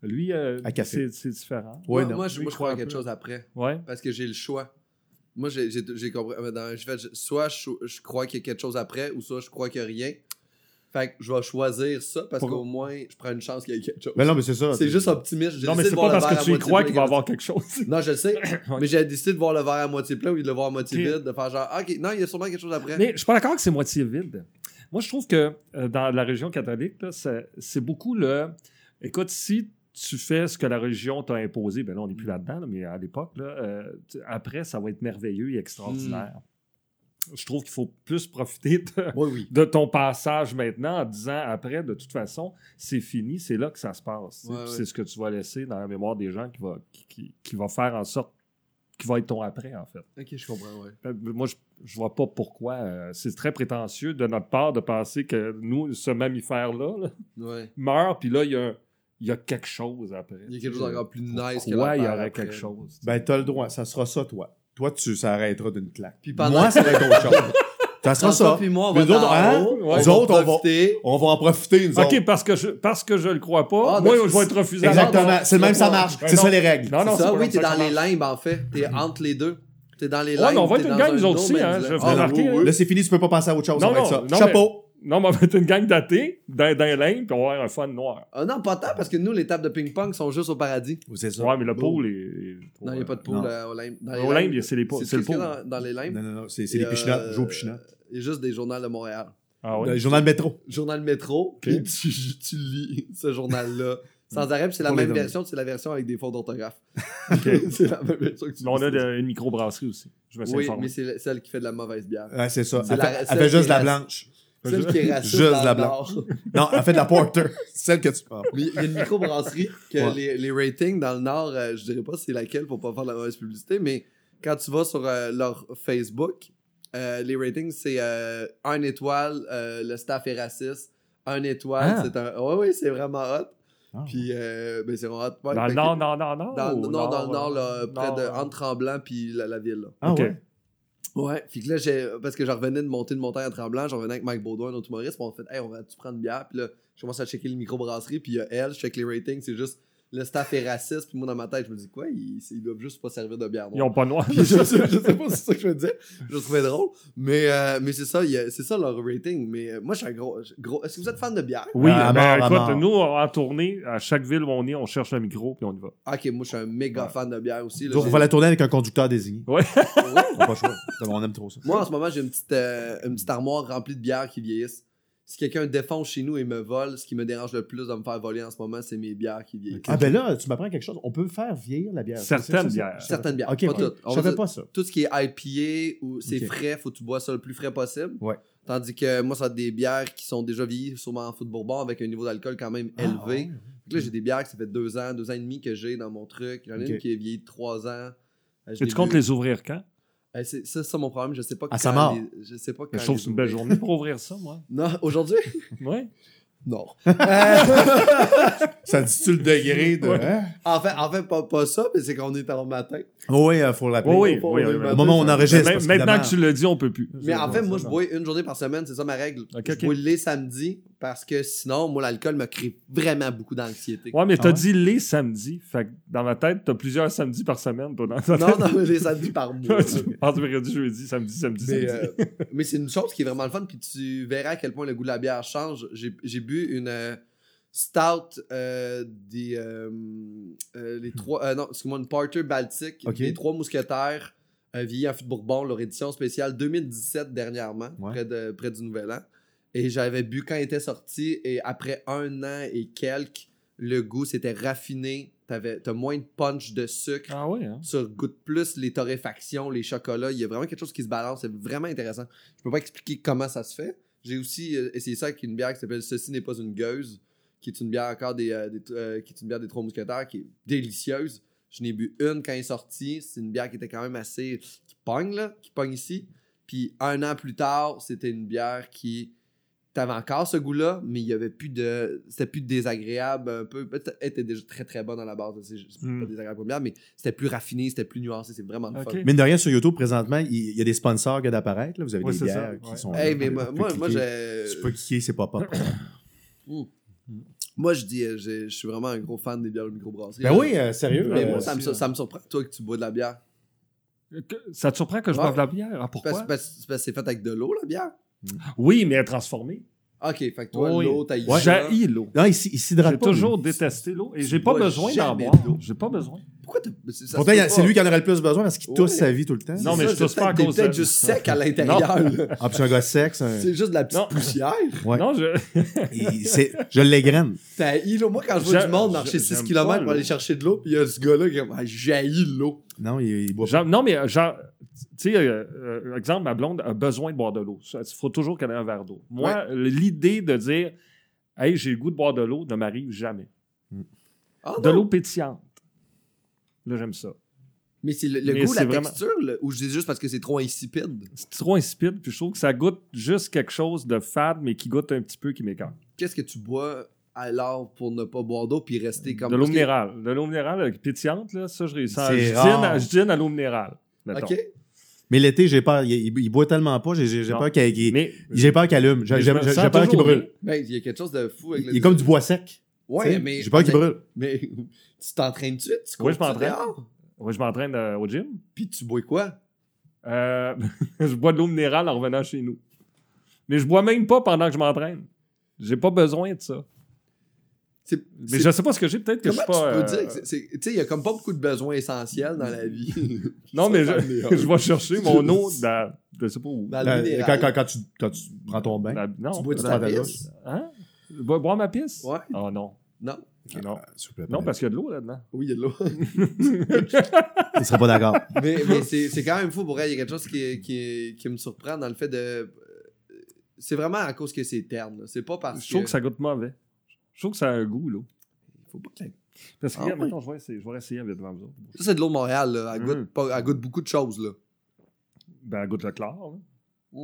Speaker 3: Lui, euh,
Speaker 1: À café.
Speaker 3: c'est c'est différent.
Speaker 1: Ouais,
Speaker 2: moi,
Speaker 1: non.
Speaker 2: moi, je,
Speaker 3: Lui,
Speaker 2: moi,
Speaker 3: il
Speaker 2: je crois
Speaker 3: croit
Speaker 2: à
Speaker 3: un
Speaker 2: quelque
Speaker 3: peu.
Speaker 2: chose après
Speaker 3: Ouais.
Speaker 2: parce que j'ai le choix. Moi, j'ai- j'ai j'ai compris. euh, dans- j'ai fait, je- soit je, je crois qu'il y a quelque chose après ou soit je crois qu'il y a rien. Fait que je vais choisir ça parce
Speaker 1: Pourquoi?
Speaker 2: qu'au moins je prends une chance qu'il y ait quelque chose.
Speaker 1: Mais Ben non, mais c'est ça.
Speaker 2: c'est juste optimiste.
Speaker 3: Non, mais
Speaker 2: J'essaie
Speaker 3: c'est
Speaker 2: de voir
Speaker 3: pas
Speaker 2: le
Speaker 3: parce
Speaker 2: verre à
Speaker 3: que tu y
Speaker 2: moitié
Speaker 3: crois
Speaker 2: plein
Speaker 3: qu'il va y
Speaker 2: qu'il y a
Speaker 3: avoir quelque chose.
Speaker 2: Non, je le sais. mais j'ai décidé de voir le verre à moitié plein ou de le voir à moitié
Speaker 3: Ok.
Speaker 2: vide, de faire genre, ah, ok, non, il y a sûrement quelque chose après.
Speaker 3: Mais je suis pas d'accord que c'est moitié vide. Moi, je trouve que euh, dans la religion catholique, là, c'est c'est beaucoup le. Écoute, si tu fais ce que la religion t'a imposé, ben là, on n'est plus là-dedans, là, mais à l'époque, là, euh, tu- après, ça va être merveilleux
Speaker 2: Mm.
Speaker 3: et extraordinaire. Je trouve qu'il faut plus profiter de,
Speaker 2: Oui, oui.
Speaker 3: de ton passage maintenant en disant après, de toute façon, c'est fini, c'est là que ça se passe. tu sais,
Speaker 2: Ouais,
Speaker 3: puis
Speaker 2: ouais.
Speaker 3: C'est ce que tu vas laisser dans la mémoire des gens qui va, qui, qui- qui va faire en sorte qui va être ton après, en fait.
Speaker 2: Ok, je comprends, ouais.
Speaker 3: Euh, Moi, je, je vois pas pourquoi. euh, c'est très prétentieux de notre part de penser que nous, ce mammifère-là là,
Speaker 2: Ouais.
Speaker 3: meurt, puis là, il y a, il y a quelque chose après.
Speaker 2: Il y a quelque chose encore plus nice que
Speaker 3: Pourquoi
Speaker 2: la
Speaker 3: il y
Speaker 2: terre
Speaker 3: aurait
Speaker 2: après.
Speaker 3: quelque chose?
Speaker 1: Ben, t'as le droit. Ça sera ça, toi. Toi, tu, ça arrêtera d'une claque.
Speaker 2: Puis pendant
Speaker 1: Moi,
Speaker 2: que-
Speaker 1: ça va être autre chose. Ça sera
Speaker 2: François
Speaker 1: ça.
Speaker 2: puis moi, on va
Speaker 1: Les autres,
Speaker 2: dans
Speaker 1: hein?
Speaker 2: haut,
Speaker 3: Ouais.
Speaker 1: Nous autres, on va-
Speaker 2: profiter.
Speaker 1: On va en profiter, nous autres.
Speaker 3: OK, parce que, je, parce que je le crois pas,
Speaker 2: Ah,
Speaker 3: moi,
Speaker 2: ben,
Speaker 3: je vais être refusé. à la
Speaker 1: Exactement.
Speaker 3: mort.
Speaker 1: C'est le même, ça marche.
Speaker 3: Ben
Speaker 1: C'est
Speaker 3: non.
Speaker 1: ça les règles.
Speaker 3: Non, non,
Speaker 2: C'est
Speaker 3: c'est
Speaker 2: ça,
Speaker 3: pas
Speaker 2: oui,
Speaker 3: comme
Speaker 2: t'es
Speaker 3: ça
Speaker 2: dans
Speaker 3: qu'on
Speaker 2: les
Speaker 3: marche.
Speaker 2: limbes, en fait. T'es entre les deux. T'es dans les
Speaker 3: Ouais,
Speaker 2: limbes.
Speaker 3: mais on va
Speaker 2: t'es
Speaker 3: être une
Speaker 2: dans
Speaker 3: gang,
Speaker 2: un
Speaker 3: nous autres aussi,
Speaker 2: no man's
Speaker 3: hein, je
Speaker 2: land.
Speaker 3: vous
Speaker 2: Ah,
Speaker 3: remarquez,
Speaker 2: oui,
Speaker 3: hein.
Speaker 1: Là, c'est fini, tu peux pas passer à autre chose
Speaker 3: Non,
Speaker 1: avec
Speaker 3: non,
Speaker 1: ça.
Speaker 3: non,
Speaker 1: Chapeau.
Speaker 3: Non, mais on va être une gang d'athées d'un d'un lingue, puis on va avoir un fun noir.
Speaker 2: Ah non, pas tant, parce que nous, les tables de ping-pong sont juste au paradis.
Speaker 1: C'est ça.
Speaker 3: Ouais, mais le
Speaker 1: Beau.
Speaker 3: pôle est. est-
Speaker 2: Non, il n'y a pas de poule
Speaker 1: non.
Speaker 2: euh, au limbe. Dans les
Speaker 3: Au
Speaker 2: limbes,
Speaker 3: limbe, c'est les pôles-
Speaker 2: sais-tu
Speaker 3: c'est le
Speaker 2: qu'est-ce qu'il y a
Speaker 3: pôle.
Speaker 2: dans, dans les limbes,
Speaker 1: Non, non, non, c'est c'est
Speaker 2: Et,
Speaker 1: les pichenottes.
Speaker 2: euh,
Speaker 1: Joue aux pichenottes.
Speaker 2: il y a juste des journaux de Montréal.
Speaker 3: Ah ouais.
Speaker 1: Le Euh, journal métro.
Speaker 2: Journal métro, puis tu, tu lis ce journal-là. Sans arrêt, puis c'est la
Speaker 1: Pour les
Speaker 2: même
Speaker 1: donner.
Speaker 2: version, c'est la version avec des fautes d'orthographe.
Speaker 3: OK.
Speaker 2: c'est la même version que tu
Speaker 3: Mais on a
Speaker 2: lis.
Speaker 3: de- une microbrasserie aussi. Je me suis
Speaker 2: Oui,
Speaker 3: informé.
Speaker 2: mais c'est la- celle qui fait de la mauvaise bière.
Speaker 1: Ouais, c'est ça.
Speaker 2: C'est
Speaker 1: Elle
Speaker 2: la-
Speaker 1: fait- elle
Speaker 2: celle
Speaker 1: fait juste
Speaker 2: qui
Speaker 1: la
Speaker 2: reste-
Speaker 1: blanche.
Speaker 2: Celle qui est raciste.
Speaker 1: Juste
Speaker 2: dans
Speaker 1: la
Speaker 2: le
Speaker 1: blanche.
Speaker 2: Nord.
Speaker 1: Non, elle fait de la porter. Celle que tu prends.
Speaker 2: Mais il y a une microbrasserie que
Speaker 1: Ouais.
Speaker 2: les, les ratings dans le Nord, euh, je dirais pas c'est laquelle pour pas faire de la mauvaise publicité, mais quand tu vas sur euh, leur Facebook, euh, les ratings c'est euh, un étoile, euh, le staff est raciste, un étoile,
Speaker 3: Ah.
Speaker 2: c'est un. Ouais, ouais, c'est vraiment hot.
Speaker 1: Ah.
Speaker 2: Puis, euh, ben, c'est vraiment hot. Ouais, fait
Speaker 3: Dans le
Speaker 2: que-
Speaker 3: nord, non, non, non.
Speaker 2: Dans,
Speaker 3: au
Speaker 2: non, dans le nord, là,
Speaker 3: euh,
Speaker 2: près de
Speaker 3: nord, euh,
Speaker 2: entre Tremblant puis la, la ville. Là.
Speaker 1: Ah
Speaker 3: OK.
Speaker 1: ouais.
Speaker 2: Ouais. Puis que là, j'ai, euh, parce que je revenais de monter une montagne à Tremblant, je revenais avec Mike Baudouin, un autre humoriste, puis on fait, hey, on va-tu prendre une bière? Puis là, je commence à checker les microbrasseries, puis il y a elle, je check les ratings, c'est juste, le staff est raciste, puis moi, dans ma tête, je me dis, quoi, ils, ils doivent juste pas servir de bière.
Speaker 3: Ils
Speaker 2: noire.
Speaker 3: ont pas noir.
Speaker 2: Puis je, sais, je sais pas si c'est ça que je veux dire, je le trouvais drôle, mais, euh, mais c'est ça, il y a- c'est ça leur rating. Mais euh, moi, je suis un gros, gros. Est-ce que vous êtes fan de bière?
Speaker 3: Oui,
Speaker 1: Ah,
Speaker 3: ben,
Speaker 1: à mort, à mort.
Speaker 3: écoute, nous, en tournée, à chaque ville où on est, on cherche un micro, puis on y va.
Speaker 2: Ah, Ok, moi, je suis un méga
Speaker 3: Ouais.
Speaker 2: fan de bière aussi. là.
Speaker 1: Donc, on va la tourner avec un conducteur désigné.
Speaker 2: Ouais.
Speaker 1: On a pas le choix. On aime trop ça.
Speaker 2: Moi, en ce moment, j'ai une petite, euh, une petite armoire remplie de bières qui vieillissent. Si quelqu'un défonce chez nous et me vole, ce qui me dérange le plus de me faire voler en ce moment, c'est mes bières qui vieillissent.
Speaker 1: Ah ben là, tu m'apprends quelque chose. On peut faire vieillir la bière.
Speaker 3: Certaines
Speaker 1: C'est ça, c'est ça?
Speaker 3: bières.
Speaker 2: Certaines bières,
Speaker 1: Ok,
Speaker 2: pas
Speaker 1: ok.
Speaker 2: toutes. On
Speaker 1: Je
Speaker 2: va
Speaker 1: savais
Speaker 2: dire-
Speaker 1: pas ça.
Speaker 2: Tout ce qui est IPA ou c'est
Speaker 1: Ok.
Speaker 2: frais, faut que tu bois ça le plus frais possible.
Speaker 1: Ouais.
Speaker 2: Tandis que moi, ça a des bières qui sont déjà vieillies, sûrement en foot bourbon, avec un niveau d'alcool quand
Speaker 1: Ah,
Speaker 2: même élevé. Donc là, j'ai des bières que ça fait deux ans, deux ans et demi que j'ai dans mon truc. J'en ai
Speaker 1: Ok.
Speaker 2: une qui est vieillie de trois ans. Euh, je
Speaker 3: Et
Speaker 2: l'ai
Speaker 3: tu comptes
Speaker 2: bu-
Speaker 3: les ouvrir quand?
Speaker 2: Eh, c'est- ça, c'est ça mon problème. Je sais pas
Speaker 1: À
Speaker 2: quand
Speaker 1: sa mort.
Speaker 2: les- je sais pas quand
Speaker 3: Je trouve que
Speaker 2: les
Speaker 3: c'est une belle
Speaker 2: ouvrir.
Speaker 3: journée pour ouvrir ça, moi.
Speaker 2: Non, aujourd'hui?
Speaker 3: Ouais.
Speaker 2: Non. Euh,
Speaker 1: Ça dit-tu le degré de.
Speaker 3: Ouais.
Speaker 1: hein?
Speaker 2: en fait, en fait pas, pas ça, mais c'est qu'on est en matin.
Speaker 1: Oui, il faut le rappeler.
Speaker 3: Oui, oui,
Speaker 2: Au
Speaker 3: oui.
Speaker 2: fond,
Speaker 3: oui.
Speaker 2: on est
Speaker 1: Au moment où on
Speaker 3: Mais-
Speaker 1: enregistre. parce
Speaker 3: Maintenant que
Speaker 1: qu'évidemment-
Speaker 3: tu le dis, on peut plus.
Speaker 2: Mais en fait, moi, je
Speaker 3: Non.
Speaker 2: bois une journée par semaine, c'est ça ma règle.
Speaker 3: Ok,
Speaker 2: je
Speaker 3: ok.
Speaker 2: bois les samedis parce que sinon, moi, l'alcool me crée vraiment beaucoup d'anxiété.
Speaker 3: Ouais, mais
Speaker 1: Ah
Speaker 3: t'as
Speaker 1: ouais?
Speaker 3: dit les samedis. Fait que dans ma tête, t'as plusieurs samedis par semaine. Toi, dans ta
Speaker 2: Non,
Speaker 3: tête.
Speaker 2: non, mais les samedis par mois.
Speaker 3: tu penses mercredi, jeudi, samedi, samedi,
Speaker 2: Mais,
Speaker 3: samedi.
Speaker 2: euh, mais c'est une chose qui est vraiment le fun, puis tu verras à quel point le goût de la bière change. J'ai j'ai bu une euh, stout euh, des euh, euh, les trois euh, non, excuse-moi une Porter Baltique
Speaker 1: Ok.
Speaker 2: des trois mousquetaires euh, vieillis en fût de Bourbon, leur édition spéciale 2017 dernièrement,
Speaker 1: Ouais.
Speaker 2: près de près du Nouvel An. Et j'avais bu quand elle était sortie et après un an et quelques, le goût s'était raffiné. T'avais- T'as moins de punch de sucre
Speaker 3: Ah ouais, hein?
Speaker 2: sur goûte plus les torréfactions, les chocolats. Il y a vraiment quelque chose qui se balance. C'est vraiment intéressant. Je peux pas expliquer comment ça se fait. J'ai aussi euh, essayé ça avec une bière qui s'appelle Ceci n'est pas une gueuse, qui est une bière encore des, euh, des- euh, qui est une bière des trois mousquetaires qui est délicieuse. Je n'ai bu une quand elle est sortie. C'est une bière qui était quand même assez qui pogne là, qui pogne ici. Puis un an plus tard, c'était une bière qui t'avais encore ce goût-là, mais il y avait plus de, c'était plus désagréable un peu. Peut-être elle était déjà très très bonne à la base. C'est c'est
Speaker 3: Mm.
Speaker 2: pas désagréable comme bière, mais c'était plus raffiné, c'était plus nuancé, c'est vraiment le
Speaker 3: Ok.
Speaker 2: fun.
Speaker 1: Mine de rien, sur YouTube, présentement, il il y a des sponsors qui apparaissent. Vous avez
Speaker 3: Ouais,
Speaker 1: des
Speaker 3: c'est
Speaker 1: bières
Speaker 3: ça,
Speaker 1: qui
Speaker 3: ouais.
Speaker 1: sont.
Speaker 2: Hey,
Speaker 1: là,
Speaker 2: mais
Speaker 1: on
Speaker 2: moi,
Speaker 1: peut
Speaker 2: moi,
Speaker 1: cliquer.
Speaker 2: moi, j'ai-
Speaker 1: Tu peux cliquer, c'est pas pop.
Speaker 2: moi, je dis, euh, j'ai- je suis vraiment un gros fan des bières de microbrasserie.
Speaker 1: ben
Speaker 3: hein.
Speaker 1: oui, euh, sérieux.
Speaker 2: Mais
Speaker 1: euh,
Speaker 2: moi, ça, me,
Speaker 3: aussi,
Speaker 2: sur-
Speaker 3: hein.
Speaker 2: ça me surprend, toi, que tu bois de la bière.
Speaker 3: Que- Ça te surprend que je
Speaker 2: Ouais.
Speaker 3: boive de la bière? Ah, pourquoi?
Speaker 2: Parce, parce- parce que ben c'est fait avec de l'eau, la bière.
Speaker 3: Oui, mais elle est transformée.
Speaker 2: Ok, fait que toi,
Speaker 3: Oui.
Speaker 2: l'eau, t'as eu
Speaker 1: Ouais.
Speaker 2: ça.
Speaker 3: J'haïs l'eau.
Speaker 1: Non, il s- il s'hydrate
Speaker 3: J'ai
Speaker 1: pas. lui.
Speaker 3: toujours détesté l'eau et j'ai
Speaker 2: Tu
Speaker 3: pas
Speaker 2: bois
Speaker 3: besoin d'en
Speaker 2: jamais
Speaker 3: boire.
Speaker 2: d'eau.
Speaker 3: J'ai pas besoin.
Speaker 2: Pourquoi t'as. ça- ça se
Speaker 1: Pourtant, il y a-
Speaker 2: peut
Speaker 1: c'est
Speaker 2: pas.
Speaker 1: lui qui en aurait le plus besoin parce qu'il tousse
Speaker 2: Ouais.
Speaker 1: sa vie tout le temps.
Speaker 3: Non,
Speaker 2: C'est
Speaker 3: mais
Speaker 2: ça,
Speaker 3: je tousse
Speaker 2: c'est
Speaker 3: pas à
Speaker 2: peut-être-
Speaker 3: cause
Speaker 2: T'es peut-être
Speaker 3: de-
Speaker 2: juste sec à l'intérieur, là.
Speaker 1: Ah, puis c'est un gars sexe. un-
Speaker 2: C'est juste de la petite
Speaker 3: Non.
Speaker 2: poussière.
Speaker 1: Ouais.
Speaker 3: Non, je.
Speaker 1: il- c'est- Je l'égrène.
Speaker 2: T'as eu l'eau. Moi, quand je vois
Speaker 3: J'a-
Speaker 2: du monde marcher
Speaker 3: j'a-
Speaker 2: 6
Speaker 3: j'aime pas
Speaker 2: km pour
Speaker 3: l'eau.
Speaker 2: aller chercher de l'eau, pis il y a ce gars-là qui est comme, Ah, j'haïs l'eau.
Speaker 1: Non, il, il boit pas.
Speaker 3: Genre- non, mais euh, genre, tu sais, euh, euh, exemple, ma blonde a besoin de boire de l'eau. Il faut toujours qu'elle ait un verre d'eau. Moi, l'idée de dire, hey, j'ai le goût de boire de l'eau ne m'arrive jamais.
Speaker 2: Ah,
Speaker 3: De
Speaker 2: non.
Speaker 3: l'eau pétillante. Là, j'aime ça.
Speaker 2: Mais c'est le, le
Speaker 3: Mais
Speaker 2: goût, la
Speaker 3: c'est vraiment-
Speaker 2: texture, là, ou je dis juste parce que c'est trop insipide.
Speaker 3: C'est trop insipide, puis je trouve que ça goûte juste quelque chose de fade, mais qui goûte un petit peu, qui m'écarte.
Speaker 2: Qu'est-ce que tu bois alors pour ne pas boire d'eau puis rester comme.
Speaker 3: De l'eau
Speaker 2: parce que-
Speaker 3: minérale. De l'eau minérale euh, pétillante, là, ça, je réussis. à-
Speaker 1: C'est
Speaker 3: Je
Speaker 1: rare.
Speaker 3: dîne à- je dîne à l'eau minérale. mettons.
Speaker 2: Ok.
Speaker 1: Mais l'été, j'ai peur. Il, il- il boit tellement pas, j'ai- j'ai j'ai
Speaker 3: Non.
Speaker 1: peur qu'il qu'il-
Speaker 3: Mais
Speaker 1: j'ai peur qu'il allume. J'ai
Speaker 3: mais
Speaker 1: j'ai-
Speaker 3: je me
Speaker 1: j'ai
Speaker 3: sens
Speaker 1: peur qu'il
Speaker 3: toujours
Speaker 1: brûle.
Speaker 3: bien.
Speaker 2: Ben, il y a quelque chose de fou avec
Speaker 1: Il est comme du bois sec. tu
Speaker 2: Ouais,
Speaker 1: sais.
Speaker 2: mais.
Speaker 1: J'ai peur qu'il
Speaker 2: mais-
Speaker 1: brûle.
Speaker 2: Mais tu t'entraînes-tu? Tu
Speaker 3: Oui, je
Speaker 2: cours-tu
Speaker 3: m'entraîne.
Speaker 2: dehors?
Speaker 3: Ouais, je m'entraîne euh, au gym.
Speaker 2: Puis tu bois quoi?
Speaker 3: Euh, je bois de l'eau minérale en revenant chez nous. Mais je bois même pas pendant que je m'entraîne. J'ai pas besoin de ça.
Speaker 2: C'est-
Speaker 3: Mais
Speaker 2: c'est-
Speaker 3: je sais pas ce que j'ai, peut-être que je
Speaker 2: Comment
Speaker 3: suis
Speaker 2: tu peux
Speaker 3: pas. euh,
Speaker 2: dire? que c'est- c'est- Tu sais, il y a comme pas beaucoup de besoins essentiels dans la vie.
Speaker 3: Non, mais je,
Speaker 2: Ça, ça me
Speaker 3: je vais chercher mon eau dans. Je sais pas où.
Speaker 2: Dans
Speaker 1: Quand,
Speaker 2: le minéral.
Speaker 1: Euh, quand- quand tu, quand tu prends ton bain.
Speaker 3: Dans- non.
Speaker 2: Bah,
Speaker 3: Bah,
Speaker 2: Tu bois du
Speaker 1: dans la
Speaker 2: tapis?
Speaker 3: Hein? Bo- Boire ma pisse?
Speaker 2: Ouais.
Speaker 3: Ah non.
Speaker 2: Non.
Speaker 3: Ah non.
Speaker 1: Ah, s'il vous plaît,
Speaker 3: Non,
Speaker 1: pas.
Speaker 3: parce qu'il y a de l'eau là-dedans.
Speaker 2: Oui, il y a de l'eau.
Speaker 1: Il serait pas d'accord.
Speaker 2: mais mais c'est c'est quand même fou pour elle. Il y a quelque chose qui, est- qui, est- qui me surprend dans le fait de. euh, C'est vraiment à cause que c'est terne. là. C'est pas parce
Speaker 3: Je trouve que ça goûte mauvais. Je trouve que ça a un goût, l'eau.
Speaker 2: Faut pas que ça-
Speaker 3: Parce que,
Speaker 2: Ah
Speaker 3: regarde,
Speaker 2: oui.
Speaker 3: mettons, je vais essayer, je vais essayer avec devant vous autres.
Speaker 2: Ça, c'est de l'eau de Montréal. Là. Elle, goûte
Speaker 3: Mm.
Speaker 2: pas- elle goûte beaucoup de choses. là.
Speaker 3: Ben, elle goûte le chlore. là.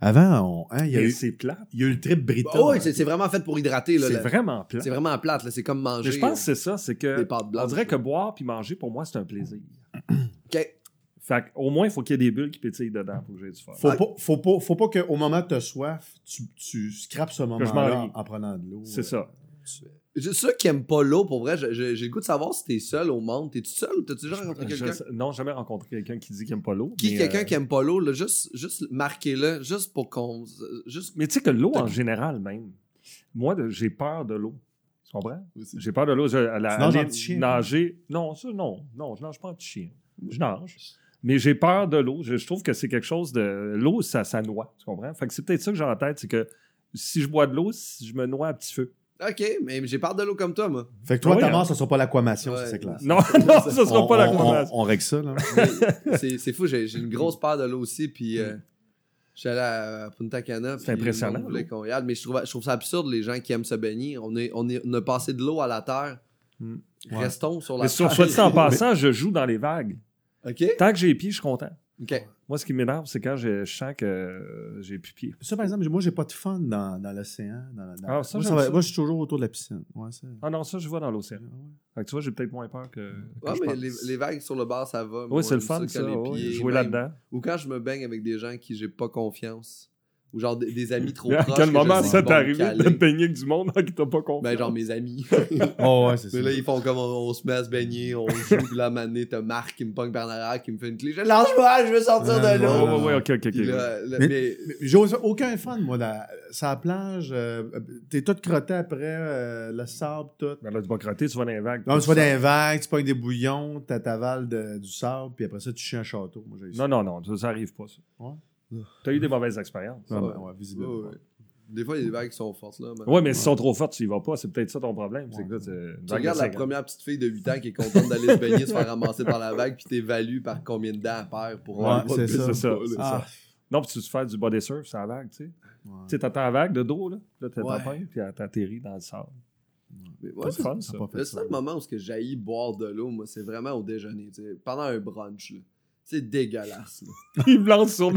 Speaker 1: Avant, on- hein, il, y a
Speaker 3: Mais
Speaker 1: eu,
Speaker 3: c'est plate.
Speaker 1: il y a eu le trip
Speaker 2: Bah
Speaker 1: britannique.
Speaker 2: ouais, c'est c'est vraiment fait pour hydrater. là,
Speaker 3: C'est
Speaker 2: la-
Speaker 3: vraiment plate.
Speaker 2: C'est vraiment plate. là. C'est comme manger
Speaker 3: Mais je pense que c'est ça, c'est
Speaker 2: euh, des
Speaker 3: que.
Speaker 2: pâtes
Speaker 3: On
Speaker 2: blanches.
Speaker 3: dirait que boire puis manger, pour moi, c'est un plaisir.
Speaker 2: OK.
Speaker 3: Fait au moins, il faut qu'il y ait des bulles qui pétillent dedans pour que j'ai du fun.
Speaker 1: Faut,
Speaker 2: Ah.
Speaker 1: pas, faut, pas, faut pas qu'au moment de ta soif, tu, tu scrapes ce moment-là
Speaker 3: ris.
Speaker 1: en prenant de l'eau.
Speaker 3: C'est ça.
Speaker 2: Je- Ceux qui aiment pas l'eau, pour vrai, je- je- j'ai le goût de savoir si t'es seul au monde. T'es-tu seul? T'as-tu déjà rencontré
Speaker 3: Je-
Speaker 2: quelqu'un?
Speaker 3: non, jamais rencontré quelqu'un qui dit qu'il aime pas l'eau.
Speaker 2: Qui,
Speaker 3: mais,
Speaker 2: quelqu'un
Speaker 3: euh,
Speaker 2: qui aime pas l'eau, là, juste, juste marquez-le, juste pour qu'on. Juste.
Speaker 3: Mais tu sais que l'eau, en
Speaker 2: T'as-
Speaker 3: général, même, moi, de- j'ai peur de l'eau. Tu comprends?
Speaker 2: Je
Speaker 3: J'ai peur de l'eau. Je- à la-
Speaker 1: Tu nages en
Speaker 3: aller
Speaker 1: petit chien.
Speaker 3: Nager. Non, ça, non. Non, je nage pas en petit chien. Je nage. Mais j'ai peur de l'eau. Je, je trouve que c'est quelque chose de. L'eau, ça, ça noie. Tu comprends? Fait que c'est peut-être ça que j'ai en tête. C'est que si je bois de l'eau, si je me noie à petit feu.
Speaker 2: Ok, mais j'ai peur de l'eau comme toi, moi.
Speaker 1: Fait que toi,
Speaker 3: Ah oui,
Speaker 1: ta
Speaker 3: hein.
Speaker 1: mort, ça sera pas l'aquamation,
Speaker 2: Ouais.
Speaker 1: ça, Ah, c'est clair.
Speaker 3: Non, non, ça sera
Speaker 1: On-
Speaker 3: pas la
Speaker 1: on-
Speaker 3: conversation.
Speaker 1: On, on règle ça, là.
Speaker 2: Mais c'est c'est fou, j'ai j'ai une grosse peur de l'eau aussi. Puis euh, je suis allé à Punta Cana.
Speaker 3: C'est
Speaker 2: puis
Speaker 3: impressionnant,
Speaker 2: le monde voulait
Speaker 3: l'eau.
Speaker 2: qu'on y aille, mais je trouve, je trouve ça absurde, les gens qui aiment se baigner. On, est, on, est, on a passé de l'eau à la terre.
Speaker 3: Mm.
Speaker 1: Ouais.
Speaker 2: Restons sur la
Speaker 3: Mais sur
Speaker 2: terre.
Speaker 3: soit dit en passant, je joue dans les vagues.
Speaker 2: OK?
Speaker 3: Tant que j'ai les pieds, je suis content.
Speaker 2: OK.
Speaker 3: Moi, ce qui m'énerve, c'est quand je, je sens que euh, j'ai plus pied.
Speaker 1: Ça, par exemple, moi, j'ai pas de fun dans, dans l'océan. dans- dans-
Speaker 3: Ah, ça,
Speaker 1: moi,
Speaker 3: j'aime
Speaker 1: va-
Speaker 3: ça.
Speaker 1: moi, je suis toujours autour de la piscine. Ouais, ça-
Speaker 3: Ah non, ça, je vois dans l'océan. Fait que tu vois, j'ai peut-être moins peur que. que
Speaker 2: Ouais,
Speaker 3: je
Speaker 2: mais
Speaker 3: pense.
Speaker 2: les, les vagues sur le bar, ça va.
Speaker 3: Oui,
Speaker 2: Moi,
Speaker 3: c'est le
Speaker 2: j'aime
Speaker 3: fun,
Speaker 2: quand
Speaker 3: ça.
Speaker 2: les
Speaker 3: ouais,
Speaker 2: pieds,
Speaker 3: jouer
Speaker 2: même-
Speaker 3: là-dedans.
Speaker 2: Ou quand je me baigne avec des gens qui j'ai pas confiance. Ou genre des, des amis trop
Speaker 3: À
Speaker 2: proches.
Speaker 3: quel
Speaker 2: que
Speaker 3: moment
Speaker 2: je sais
Speaker 3: ça
Speaker 2: qu'ils
Speaker 3: t'est
Speaker 2: vont me
Speaker 3: arrivé de te
Speaker 2: caler.
Speaker 3: baigner avec du monde en qui t'as pas compris?
Speaker 2: Ben, genre mes amis.
Speaker 1: Oh, ouais, c'est ça.
Speaker 2: Mais là, ils font comme on, on se met à se baigner, on joue, puis là, mané, t'as Marc qui me pogne par l'arrière, qui me fait une clé. Je lâche-moi, je veux sortir
Speaker 1: Ah,
Speaker 2: de
Speaker 1: non,
Speaker 2: l'eau.
Speaker 1: non,
Speaker 3: ouais, ouais, ok, ok, ok.
Speaker 2: Puis là, là,
Speaker 1: Mais-
Speaker 2: mais-
Speaker 1: Mais J'ai aucun fun, moi, dans, sur la plage. euh, t'es tout crotté après, euh, le sable, tout.
Speaker 3: Ben là, tu vas crotter, tu vas dans les vagues.
Speaker 1: Non, tu vas dans les vagues, tu pognes des bouillons, t'as- t'avales de- du sable, puis après ça, tu chies un château. Moi, j'ai eu ça.
Speaker 3: Non, non, non, ça, ça arrive pas, ça.
Speaker 1: Ouais.
Speaker 3: T'as eu des mauvaises expériences.
Speaker 1: Ouais,
Speaker 2: Ouais.
Speaker 1: ben, ouais, visiblement.
Speaker 2: Ouais, ouais. Des fois, il y a des vagues qui sont fortes, là. man.
Speaker 3: Ouais, mais s'ils sont trop fortes, tu y vas pas. C'est peut-être ça ton problème. C'est que là,
Speaker 1: Ouais.
Speaker 3: tu- dans
Speaker 2: Tu regardes
Speaker 3: le
Speaker 2: la
Speaker 3: cinq-
Speaker 2: première petite fille de 8 ans qui est contente d'aller se baigner, se faire ramasser par la vague, puis t'évalues par combien de dents elle perd pour
Speaker 1: Ouais,
Speaker 2: avoir
Speaker 1: c'est
Speaker 2: plus
Speaker 1: ça.
Speaker 2: de
Speaker 3: C'est ça,
Speaker 2: pas,
Speaker 3: c'est
Speaker 2: là.
Speaker 3: ça.
Speaker 1: Ah,
Speaker 3: Non, puis tu te fais du body surf, c'est la vague, tu sais.
Speaker 1: ouais.
Speaker 3: Tu sais, t'attends la vague de dos, là. Là, t'es
Speaker 2: Ouais.
Speaker 3: en peine, puis elle t'atterrit dans le sable.
Speaker 2: Mais ouais,
Speaker 3: C'est
Speaker 2: c'est-
Speaker 3: le fun, ça.
Speaker 1: T'as pas fait
Speaker 2: le
Speaker 1: ça.
Speaker 2: seul moment où ce que j'haïs boire de l'eau, moi, c'est vraiment au déjeuner, tu sais, pendant un brunch, là. C'est dégueulasse. Là.
Speaker 3: Il me lance sur.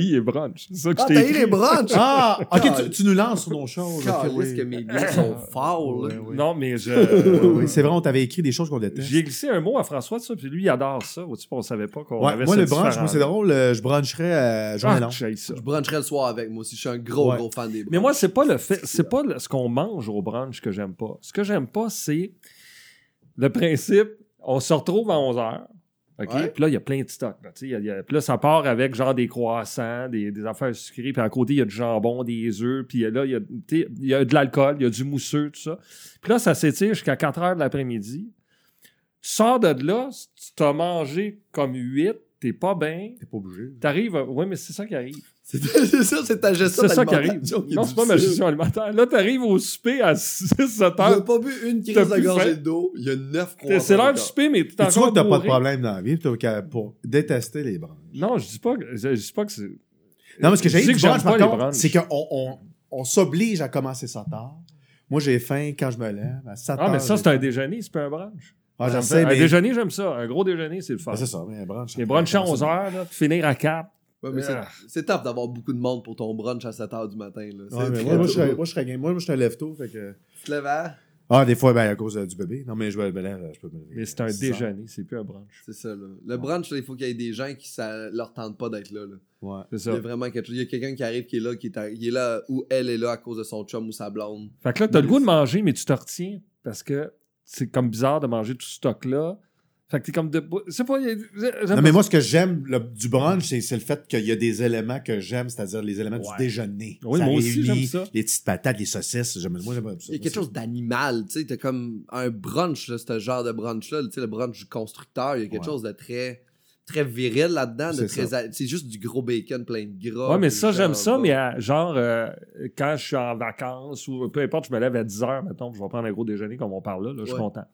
Speaker 3: Jaillit et brunch. C'est ça que
Speaker 2: Ah,
Speaker 3: je t'ai
Speaker 2: t'as eu
Speaker 3: écrit.
Speaker 2: les brunchs!
Speaker 1: Ah, ok, tu,
Speaker 2: Caliste.
Speaker 1: tu nous lances sur nos choses. ok,
Speaker 2: Caliste
Speaker 1: oui.
Speaker 2: que mes liens sont forts, là.
Speaker 1: Ouais, ouais.
Speaker 3: Non, mais
Speaker 1: Ouais,
Speaker 3: je.
Speaker 1: ouais, c'est vrai, on t'avait écrit des choses qu'on déteste.
Speaker 3: J'ai glissé un mot à François de ça, puis lui, il adore ça. Vois-tu, on savait pas qu'on
Speaker 1: Ouais,
Speaker 3: avait
Speaker 1: moi,
Speaker 3: cette
Speaker 1: le brunch, moi,
Speaker 3: différence.
Speaker 1: c'est drôle, euh, je bruncherais à journée
Speaker 3: Ah,
Speaker 1: longue.
Speaker 3: j'haïs ça.
Speaker 2: Je bruncherais le soir avec moi aussi. Je suis un gros,
Speaker 1: Ouais.
Speaker 2: gros fan des brunchs.
Speaker 3: Mais moi, c'est pas le fait, c'est pas le- ce qu'on mange au brunch que j'aime pas. Ce que j'aime pas, c'est le principe, on se retrouve à 11 heures. OK?
Speaker 2: Ouais.
Speaker 3: Puis là, il y a plein de stocks. Là, tu sais, il y a- il y a- puis là, ça part avec genre des croissants, des, des affaires sucrées. Puis à côté, il y a du jambon, des œufs. Puis là, il y a, tu sais, il y a de l'alcool, il y a du mousseux, tout ça. Puis là, ça s'étire jusqu'à 4 heures de l'après-midi. Tu sors de là, tu t'as mangé comme 8, t'es pas bien.
Speaker 1: T'es pas obligé.
Speaker 3: T'arrives. à- Ouais, mais c'est ça qui arrive.
Speaker 2: C'est c'est ça, c'est ta gestion
Speaker 3: C'est ça qui arrive.
Speaker 2: alimentaire qui est
Speaker 3: Non, c'est pas ma
Speaker 2: difficile.
Speaker 3: gestion alimentaire. Là, t'arrives au souper à 6-7
Speaker 2: J'ai
Speaker 3: heures.
Speaker 2: pas bu une
Speaker 3: T'as
Speaker 2: crise de
Speaker 3: plus faim?
Speaker 2: gorgée d'eau. Il y a neuf
Speaker 3: T'es-
Speaker 2: croissants.
Speaker 3: C'est l'heure du
Speaker 2: encore.
Speaker 3: souper, mais t'es
Speaker 1: Tu vois
Speaker 3: encore
Speaker 1: que t'as pas de
Speaker 3: bourré.
Speaker 1: problème dans la vie, plutôt qu'à- pour détester les brunchs.
Speaker 3: Non, je dis pas que, je, je dis pas que c'est...
Speaker 1: Non, mais ce que
Speaker 3: Je sais
Speaker 1: j'ai
Speaker 3: que
Speaker 1: dit,
Speaker 3: j'aime
Speaker 1: par
Speaker 3: pas les
Speaker 1: contre,
Speaker 3: brunchs.
Speaker 1: c'est qu'on on, on s'oblige à commencer ça tard. Moi, j'ai faim quand je me lève. À 7
Speaker 3: Ah, mais
Speaker 1: heures,
Speaker 3: ça,
Speaker 1: j'ai-
Speaker 3: c'est un déjeuner, c'est pas un brunch.
Speaker 1: Ah, j'en
Speaker 3: Ça me
Speaker 1: sais,
Speaker 3: fait- Un
Speaker 1: mais...
Speaker 3: déjeuner, j'aime ça. Un gros déjeuner, c'est le fun.
Speaker 1: Ah, c'est ça, mais un brunch.
Speaker 3: Les brunchs à 11 heures, là, finir à 4.
Speaker 2: Ouais, mais c'est-
Speaker 3: Ah.
Speaker 2: C'est top d'avoir beaucoup de monde pour ton brunch à 7 h du matin. Là. C'est
Speaker 1: Ouais, mais
Speaker 2: très
Speaker 1: moi, moi,
Speaker 2: tôt.
Speaker 1: je serais, moi, je serais game. Moi, je suis un lève tôt. Fait que...
Speaker 2: Tu te lèves à-
Speaker 1: Ah, des fois, ben, à cause euh, du bébé. Non, mais je me lève, je peux me lever.
Speaker 3: Mais c'est un
Speaker 1: à 6 heures.
Speaker 3: déjeuner, c'est plus un brunch.
Speaker 2: C'est ça, là. Le brunch, là, il faut qu'il y ait des gens qui ça leur tente pas d'être là, là.
Speaker 1: Ouais.
Speaker 3: C'est
Speaker 2: Il
Speaker 3: ça.
Speaker 2: y a vraiment quelque chose. Il y a quelqu'un qui arrive qui est là, qui est, à- il est là ou elle est là à cause de son chum ou sa blonde.
Speaker 3: Fait que là, t'as le goût de manger, mais tu te retiens parce que c'est comme bizarre de manger tout ce stock-là. Fait que t'es comme de... C'est pas... j'aime
Speaker 1: Non,
Speaker 3: pas
Speaker 1: mais moi, ce que j'aime le- du brunch, c'est c'est le fait qu'il y a des éléments que j'aime, c'est-à-dire les éléments
Speaker 3: Ouais.
Speaker 1: du déjeuner.
Speaker 3: Oui,
Speaker 1: Ça
Speaker 3: moi aussi,
Speaker 1: réunit
Speaker 3: j'aime ça.
Speaker 1: Les petites patates, les saucisses. j'aime- Moi, j'aime ça.
Speaker 2: Il y a quelque chose d'animal, tu sais. T'as comme un brunch, là, ce genre de brunch-là, tu sais, le brunch du constructeur. Il y a quelque
Speaker 1: Ouais.
Speaker 2: chose de très, très viril là-dedans. de
Speaker 1: C'est
Speaker 2: très a- C'est juste du gros bacon plein de gras.
Speaker 3: Ouais, mais
Speaker 2: du
Speaker 3: ça, j'aime ça,
Speaker 2: jambon.
Speaker 3: mais à- genre, euh, quand je suis en vacances ou peu importe, je me lève à 10 h, mettons, puis je vais prendre un gros déjeuner comme on parle là, là, je suis
Speaker 2: Ouais.
Speaker 3: content.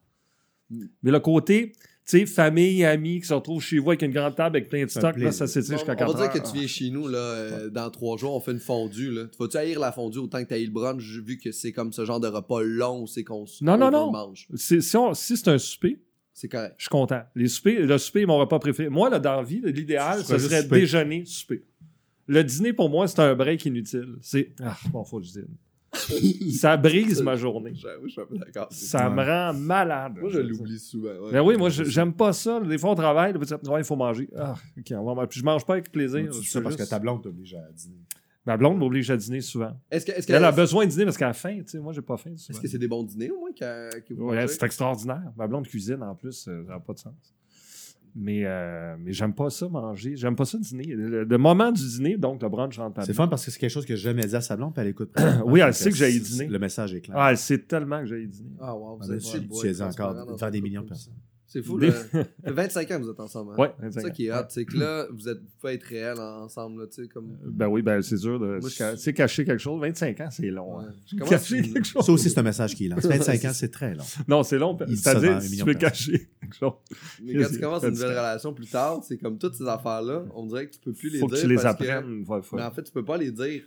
Speaker 2: Mm.
Speaker 3: Mais le côté, tu sais, famille, amis qui se retrouvent chez vous avec une grande table avec plein de
Speaker 1: Ça
Speaker 3: stocks,
Speaker 1: plaît.
Speaker 3: là, ça s'étire
Speaker 2: Bon,
Speaker 3: jusqu'à
Speaker 2: on
Speaker 3: 4
Speaker 2: va dire
Speaker 3: heures.
Speaker 2: que tu viens chez nous là, euh, dans trois jours, on fait une fondue. Là. Tu vas-tu haïr la fondue autant que tu le brunch, vu que c'est comme ce genre de repas long où c'est qu'on s-
Speaker 3: Non, non,
Speaker 2: on
Speaker 3: non.
Speaker 2: mange?
Speaker 3: Si, si on- si c'est un souper,
Speaker 2: C'est correct.
Speaker 3: je suis content. Les soupers, le souper est mon repas préféré. Moi, là, dans la vie, l'idéal,
Speaker 1: Ce
Speaker 3: ce
Speaker 1: serait
Speaker 3: serait
Speaker 1: juste souper.
Speaker 3: déjeuner, souper. Le dîner, pour moi, c'est un break inutile. C'est. Ah, bon, faut que je dîne. ça brise ma journée.
Speaker 2: J'avoue, je suis un peu d'accord.
Speaker 3: Ça me
Speaker 1: Ouais.
Speaker 3: rend malade.
Speaker 2: Moi, je l'oublie souvent. ouais.
Speaker 3: Ben oui, moi, je- j'aime pas ça. Des fois, on travaille, là, vous dites, ouais, il faut manger. Ah, ok, on va manger. Puis je mange pas avec plaisir.
Speaker 1: Tu dis
Speaker 3: c'est
Speaker 1: ça parce que
Speaker 3: juste-
Speaker 1: ta blonde t'oblige à dîner.
Speaker 3: Ma blonde m'oblige à dîner souvent.
Speaker 2: Est-ce que est-ce que-
Speaker 3: Elle a
Speaker 2: est-ce
Speaker 3: besoin de dîner parce qu'elle a faim, tu sais. Moi, j'ai pas faim souvent.
Speaker 2: que c'est des bons dîners au moins qu'à- que vous
Speaker 3: Ouais,
Speaker 2: mangez?
Speaker 3: c'est extraordinaire. Ma blonde cuisine, en plus, euh, ça n'a pas de sens. Mais, euh, mais j'aime pas ça manger. J'aime pas ça dîner. Le, le moment du dîner, donc, le brunch rentre
Speaker 1: C'est
Speaker 3: pas.
Speaker 1: fun parce que c'est quelque chose que j'ai jamais dit à sa blonde, puis elle écoute. présentement.
Speaker 3: Oui, elle
Speaker 1: Fait
Speaker 3: sait que j'aille
Speaker 1: c'est-
Speaker 3: dîner.
Speaker 1: Le message est clair.
Speaker 3: Ah, elle sait tellement que j'allais dîner.
Speaker 2: Ah, wow,
Speaker 1: Ah,
Speaker 2: vous
Speaker 1: ben,
Speaker 2: êtes
Speaker 1: tu-
Speaker 2: chez le
Speaker 1: tu
Speaker 2: bois,
Speaker 1: es encore
Speaker 2: transparent dans
Speaker 1: devant
Speaker 2: un
Speaker 1: des
Speaker 2: couple
Speaker 1: millions de
Speaker 2: comme ça.
Speaker 1: personnes.
Speaker 2: C'est fou,
Speaker 3: Des-
Speaker 2: là. Ça fait 25 ans que vous êtes ensemble. hein?
Speaker 3: Ouais,
Speaker 2: C'est ça qui est hot, c'est que là, vous, êtes, vous pouvez être réel ensemble, là, tu sais, comme...
Speaker 3: Ben oui, ben c'est dur de
Speaker 2: Moi,
Speaker 3: se
Speaker 2: je-
Speaker 3: ca- tu sais, cacher quelque chose. 25 ans, c'est long. hein.
Speaker 2: Ouais. Je commence-
Speaker 3: Cacher quelque chose.
Speaker 1: Ça aussi, c'est un message qui lance. 25 ans, c'est très long.
Speaker 3: Non, c'est long.
Speaker 1: Il dit ça dans
Speaker 3: C'est-à-dire,
Speaker 1: un
Speaker 3: si tu
Speaker 1: million
Speaker 3: veux
Speaker 1: de personnes.
Speaker 3: cacher quelque chose.
Speaker 2: Mais quand
Speaker 3: C'est-
Speaker 2: tu commences
Speaker 3: c'est
Speaker 2: une nouvelle
Speaker 3: différent.
Speaker 2: relation plus tard, c'est comme toutes ces affaires-là, on dirait que tu peux plus les
Speaker 3: faut
Speaker 2: dire.
Speaker 3: que tu les
Speaker 2: parce que-
Speaker 3: apprennes. Faut- faut-
Speaker 2: Mais en fait, tu peux pas les dire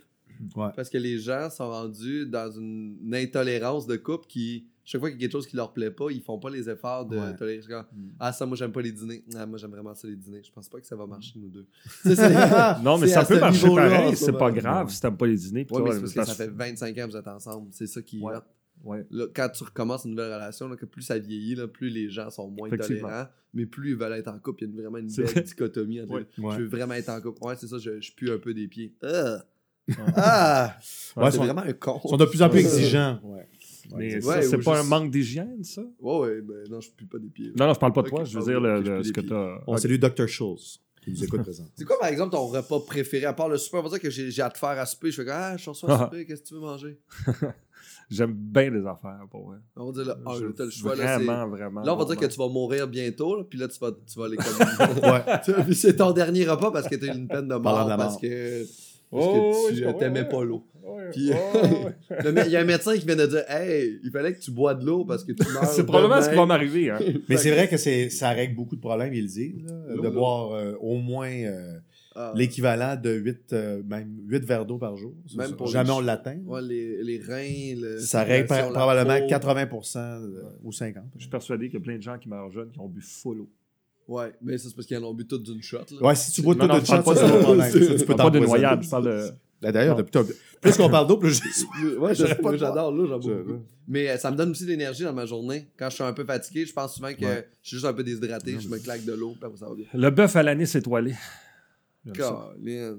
Speaker 1: Ouais.
Speaker 2: Parce que les gens sont rendus dans une, une intolérance de couple qui, chaque fois qu'il y a quelque chose qui leur plaît pas, ils font pas les efforts de
Speaker 1: Ouais.
Speaker 2: tolérer. Genre,
Speaker 1: Mm.
Speaker 2: Ah, ça, moi, j'aime pas les dîners. Ah, moi, j'aime vraiment ça, les dîners. Je pense pas que ça va marcher, nous deux. Tu sais, c'est-
Speaker 3: Non, mais
Speaker 2: C'est
Speaker 3: ça
Speaker 2: à
Speaker 3: peut
Speaker 2: ce
Speaker 3: marcher
Speaker 2: niveau-là, en
Speaker 3: pareil,
Speaker 2: ce
Speaker 3: c'est pas
Speaker 2: moment.
Speaker 3: grave si t'aimes pas les dîners. puis
Speaker 2: Ouais, mais
Speaker 3: toi,
Speaker 2: c'est parce que ça
Speaker 3: parce-
Speaker 2: fait 25 ans que vous êtes ensemble. C'est ça qui.
Speaker 3: Ouais. Ouais.
Speaker 2: Là, quand tu recommences une nouvelle relation, là, que plus ça vieillit, là, plus les gens sont moins
Speaker 3: Effectivement.
Speaker 2: tolérants, mais plus ils veulent être en couple. Il y a une- vraiment une
Speaker 3: C'est
Speaker 2: belle
Speaker 3: vrai.
Speaker 2: dichotomie entre
Speaker 3: Ouais.
Speaker 2: les deux.
Speaker 1: Ouais.
Speaker 2: Je veux vraiment être en couple. Ouais, c'est ça, je, je pue un peu des pieds. Ah!
Speaker 3: Ouais.
Speaker 2: Ah!
Speaker 1: Ouais,
Speaker 2: c'est
Speaker 1: sont-
Speaker 2: vraiment un con.
Speaker 1: Ils sont de plus en plus
Speaker 2: Ouais.
Speaker 1: exigeants. Ouais.
Speaker 3: Mais
Speaker 1: Ouais,
Speaker 3: ça,
Speaker 2: ou
Speaker 3: c'est pas
Speaker 2: juste-
Speaker 3: un manque d'hygiène, ça?
Speaker 2: Ouais, ouais, ben non, je pue pas des pieds. là.
Speaker 3: Non, non, je parle pas de
Speaker 2: Ok,
Speaker 3: toi, je veux
Speaker 2: ah
Speaker 3: dire
Speaker 2: oui,
Speaker 3: le-
Speaker 2: ok, je
Speaker 3: le-
Speaker 2: peux
Speaker 3: ce que
Speaker 2: déplier.
Speaker 3: t'as.
Speaker 1: On
Speaker 3: Ok.
Speaker 1: salue Dr. Schultz, qui nous écoute présent.
Speaker 2: C'est quoi, par exemple, ton repas préféré, à part le souper? On va dire que j'ai j'ai à te faire à souper. Je fais comme, ah, je suis en soir à souper, qu'est-ce que tu veux manger?
Speaker 3: J'aime bien les affaires, pour vrai.
Speaker 2: On va dire, là, ah,
Speaker 3: Je-
Speaker 2: là, t'as le choix, là, c'est...
Speaker 3: Vraiment, vraiment.
Speaker 2: Là, on va dire que
Speaker 3: vraiment.
Speaker 2: tu vas mourir bientôt, là, puis là, tu vas, tu vas aller comme...
Speaker 1: Ouais.
Speaker 2: Tu vois, puis c'est ton dernier repas parce que t'as eu une peine de mort,
Speaker 1: Parlant de la
Speaker 2: parce
Speaker 1: mort.
Speaker 2: que, parce
Speaker 3: Oh,
Speaker 2: que
Speaker 3: oui,
Speaker 2: tu
Speaker 3: je
Speaker 2: euh,
Speaker 3: comprends,
Speaker 2: t'aimais
Speaker 3: ouais.
Speaker 2: pas l'eau.
Speaker 3: Ouais,
Speaker 2: Puis-
Speaker 3: ouais, ouais.
Speaker 2: Le mé- Il y a un médecin qui vient de dire Hey, il fallait que tu bois de l'eau parce que tu meurs.
Speaker 3: C'est probablement ce qui va
Speaker 2: demain.
Speaker 3: m'arriver. Hein.
Speaker 1: Mais c'est vrai que c'est- ça règle beaucoup de problèmes, ils le disent, là,
Speaker 2: L'eau,
Speaker 1: de
Speaker 2: là.
Speaker 1: boire euh, au moins euh,
Speaker 2: Ah,
Speaker 1: l'équivalent de 8, même 8 verres d'eau par jour. Ça,
Speaker 2: Même
Speaker 1: ça,
Speaker 2: pour
Speaker 1: Jamais
Speaker 2: les-
Speaker 1: on l'atteint.
Speaker 2: ouais, les, les reins. Le,
Speaker 1: Ça règle par-
Speaker 2: la
Speaker 1: probablement
Speaker 2: peau.
Speaker 1: 80 de- euh, ou 50.
Speaker 3: Je suis persuadé qu'il y a plein de gens qui meurent jeunes qui ont bu full eau.
Speaker 2: Ouais, mais ça, c'est parce qu'ils en ont bu toutes d'une shot. Là.
Speaker 1: Ouais, si tu bois
Speaker 3: Non,
Speaker 1: tout
Speaker 3: non,
Speaker 1: de
Speaker 3: je parle
Speaker 1: chat, ça,
Speaker 3: pas
Speaker 1: c'est
Speaker 3: de-
Speaker 1: un problème. Ça,
Speaker 3: Je
Speaker 1: tu peux
Speaker 3: parle pas de
Speaker 1: t'empoisonner.
Speaker 3: noyade, je parle de.
Speaker 1: Là, D'ailleurs,
Speaker 3: Non.
Speaker 1: t'as- t'as- plus qu'on parle d'eau, plus j'ai
Speaker 2: Ouais, je-
Speaker 1: J'aurais pas le
Speaker 2: j'adore l'eau, j'en bois
Speaker 1: Je-
Speaker 2: beaucoup. Mais euh, ça me donne aussi de l'énergie dans ma journée. Quand je suis un peu fatigué, je pense souvent que
Speaker 1: Ouais.
Speaker 2: je suis juste un peu déshydraté, je me claque de l'eau, puis après, ça va bien.
Speaker 3: Le bœuf à l'anis étoilé. J'aime ça.
Speaker 2: Colin.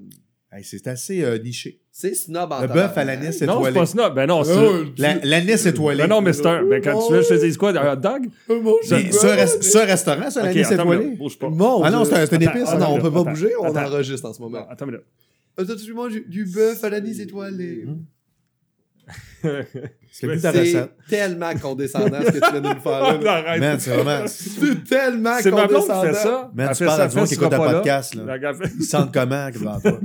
Speaker 1: Hey, C'est assez euh, niché.
Speaker 2: C'est snob en
Speaker 1: Le
Speaker 2: tabarnak.
Speaker 1: bœuf à l'anis
Speaker 3: Ah, Non, c'est
Speaker 1: étoilé. Euh,
Speaker 3: pas snob. Ben non, c'est.
Speaker 2: Oh,
Speaker 1: La- L'anis étoilé.
Speaker 3: Ben non, mais c'est un. Ben quand tu veux, je te dis quoi, un hot dog?
Speaker 1: Mais ce, res- ce restaurant, ça,
Speaker 3: Ok,
Speaker 1: l'anis
Speaker 3: attends,
Speaker 1: étoilé.
Speaker 3: mais bouge pas.
Speaker 2: Mon
Speaker 1: Ah non,
Speaker 2: Dieu.
Speaker 1: c'est un- c'est une
Speaker 3: Attends,
Speaker 1: épice.
Speaker 2: Ah
Speaker 1: ça.
Speaker 2: non, on peut pas
Speaker 3: Attends,
Speaker 2: bouger, on
Speaker 3: attends.
Speaker 2: enregistre en ce moment.
Speaker 3: Attends une minute.
Speaker 2: Ah, T'as tu manges du bœuf à l'anis étoilé?
Speaker 3: Mmh.
Speaker 1: C'est le but de la
Speaker 2: C'est
Speaker 1: recette.
Speaker 2: tellement condescendant ce que tu viens de nous faire là.
Speaker 3: Ah, arrête.
Speaker 1: Man, c'est vraiment.
Speaker 2: C'est tellement
Speaker 3: C'est ma blonde
Speaker 2: condescendant.
Speaker 3: qui fait ça.
Speaker 1: Man,
Speaker 3: Elle
Speaker 1: tu
Speaker 3: fait
Speaker 1: parles
Speaker 3: ça,
Speaker 1: à du monde qui
Speaker 3: elle fait
Speaker 1: écoute
Speaker 3: ce
Speaker 1: un
Speaker 3: repas-là.
Speaker 1: podcast, là.
Speaker 3: La- elle fait-
Speaker 1: Ils sentent comment devant toi?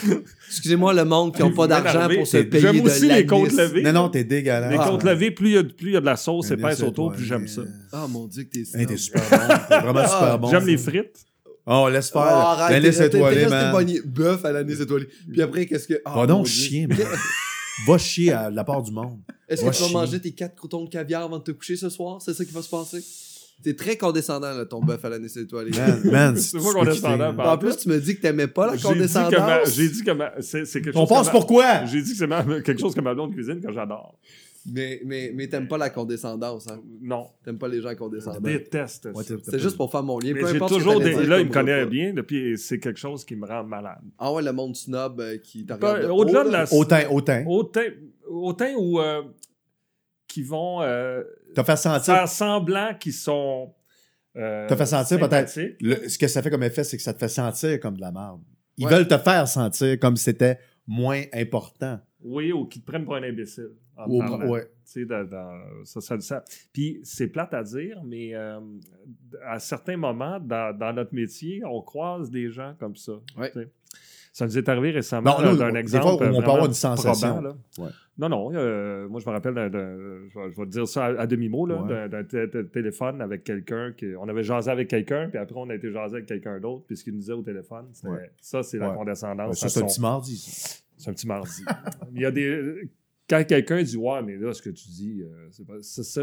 Speaker 2: Excusez-moi, le monde qui n'a pas
Speaker 3: Vous
Speaker 2: d'argent
Speaker 3: m'énervez.
Speaker 2: pour se payer
Speaker 3: J'aime
Speaker 2: de
Speaker 3: aussi les
Speaker 2: l'anis.
Speaker 3: côtes levées.
Speaker 1: Non, non, t'es
Speaker 3: Les
Speaker 1: dégueulasse.
Speaker 2: Ah,
Speaker 3: côtes
Speaker 1: man.
Speaker 3: levées, plus il y a de- plus il y a de la sauce
Speaker 1: L'anis
Speaker 3: épaisse autour,
Speaker 1: étoilé.
Speaker 3: plus j'aime ça. Ah,
Speaker 2: Ah mon dieu, que t'es
Speaker 1: Hey, t'es
Speaker 2: snob.
Speaker 1: super bon. T'es vraiment super bon.
Speaker 3: J'aime les frites.
Speaker 1: Oh, laisse
Speaker 2: Oh,
Speaker 1: faire.
Speaker 2: arrête, t'es
Speaker 1: L'anis
Speaker 2: resté- t'es
Speaker 1: étoilé,
Speaker 2: resté
Speaker 1: man.
Speaker 2: pogné. Bœuf à l'anis étoilé. Puis après, qu'est-ce que. Ah,
Speaker 1: Va
Speaker 3: Oh,
Speaker 1: donc
Speaker 2: mon Dieu.
Speaker 1: chier, man. Va chier à la part du monde.
Speaker 2: Est-ce
Speaker 1: Va
Speaker 2: que tu vas
Speaker 1: chier.
Speaker 2: manger tes quatre croutons de caviar avant de te coucher ce soir C'est ça qui va se passer T'es très condescendant, là, ton bœuf à l'anis étoilé.
Speaker 1: Man, man, si
Speaker 3: C'est
Speaker 1: tu
Speaker 3: moi
Speaker 1: peux
Speaker 3: qu'on
Speaker 1: quitter,
Speaker 3: descendait
Speaker 1: là.
Speaker 3: par-
Speaker 2: En plus, tu me dis que t'aimais pas la
Speaker 3: J'ai dit que ma-
Speaker 2: condescendance.
Speaker 3: J'ai dit que ma- c'est c'est quelque
Speaker 1: On
Speaker 3: chose.
Speaker 1: pense
Speaker 3: que ma-
Speaker 1: pourquoi?
Speaker 3: J'ai dit que c'est ma- quelque chose que ma blonde cuisine que j'adore.
Speaker 2: Mais, mais, mais t'aimes pas la condescendance, hein.
Speaker 3: Non.
Speaker 2: T'aimes pas les gens
Speaker 3: Je
Speaker 2: condescendants.
Speaker 3: déteste. ça.
Speaker 1: Ouais, t'as- t'as
Speaker 2: C'est
Speaker 1: pas-
Speaker 2: juste pour faire mon lien.
Speaker 3: Mais
Speaker 2: Peu
Speaker 3: j'ai
Speaker 2: importe ce que
Speaker 3: toujours
Speaker 2: t'allais
Speaker 3: des.
Speaker 2: dire
Speaker 3: Là,
Speaker 2: comme
Speaker 3: il me connaît
Speaker 2: repas.
Speaker 3: bien, puis c'est quelque chose qui me rend malade.
Speaker 2: Ah ouais, le monde snob euh, qui te
Speaker 3: Pas-
Speaker 2: regarde. de
Speaker 3: Au-delà
Speaker 2: haut,
Speaker 3: de
Speaker 2: là.
Speaker 3: la.
Speaker 1: Autant,
Speaker 2: Hein?
Speaker 1: autant.
Speaker 3: Autant, autant ou. euh, qui vont euh,
Speaker 1: T'as fait sentir.
Speaker 3: faire semblant qu'ils sont. euh,
Speaker 1: T'as fait sentir peut-être-
Speaker 3: sympathiques.
Speaker 1: le- ce que ça fait comme effet, c'est que ça te fait sentir comme de la merde. Ils
Speaker 2: Ouais.
Speaker 1: veulent te faire sentir comme si c'était moins important.
Speaker 3: Oui, ou qui te prennent pour un imbécile. en
Speaker 1: Ou-
Speaker 3: parlant.
Speaker 1: ouais.
Speaker 3: Tu sais, dans- dans- ça, ça, ça. Puis c'est plate à dire, mais euh, à certains moments dans, dans notre métier, on croise des gens comme ça.
Speaker 2: Ouais.
Speaker 3: tu sais. Ça nous est arrivé récemment
Speaker 1: Non, là,
Speaker 3: d'un
Speaker 1: des
Speaker 3: exemple.
Speaker 1: fois où on peut
Speaker 3: vraiment
Speaker 1: avoir une sensation.
Speaker 3: probant, là.
Speaker 1: Ouais.
Speaker 3: Non, non. euh, moi, je me rappelle, d'un- d'un- je, vais, je vais te dire ça à, à demi-mot, là,
Speaker 1: Ouais.
Speaker 3: d'un- d'un té- té- téléphone avec quelqu'un. qui- On avait jasé avec quelqu'un, puis après, on a été jasé avec quelqu'un d'autre. Puis ce qu'il nous disait au téléphone, c'était-
Speaker 1: Ouais.
Speaker 3: ça, c'est la
Speaker 1: Ouais.
Speaker 3: condescendance.
Speaker 1: ça,
Speaker 3: à
Speaker 1: c'est un
Speaker 3: son-
Speaker 1: petit mardi. ça.
Speaker 3: c'est un petit mardi. Il y a des. Quand quelqu'un dit Ouais, mais là, ce que tu dis, euh, c'est pas. c'est ça.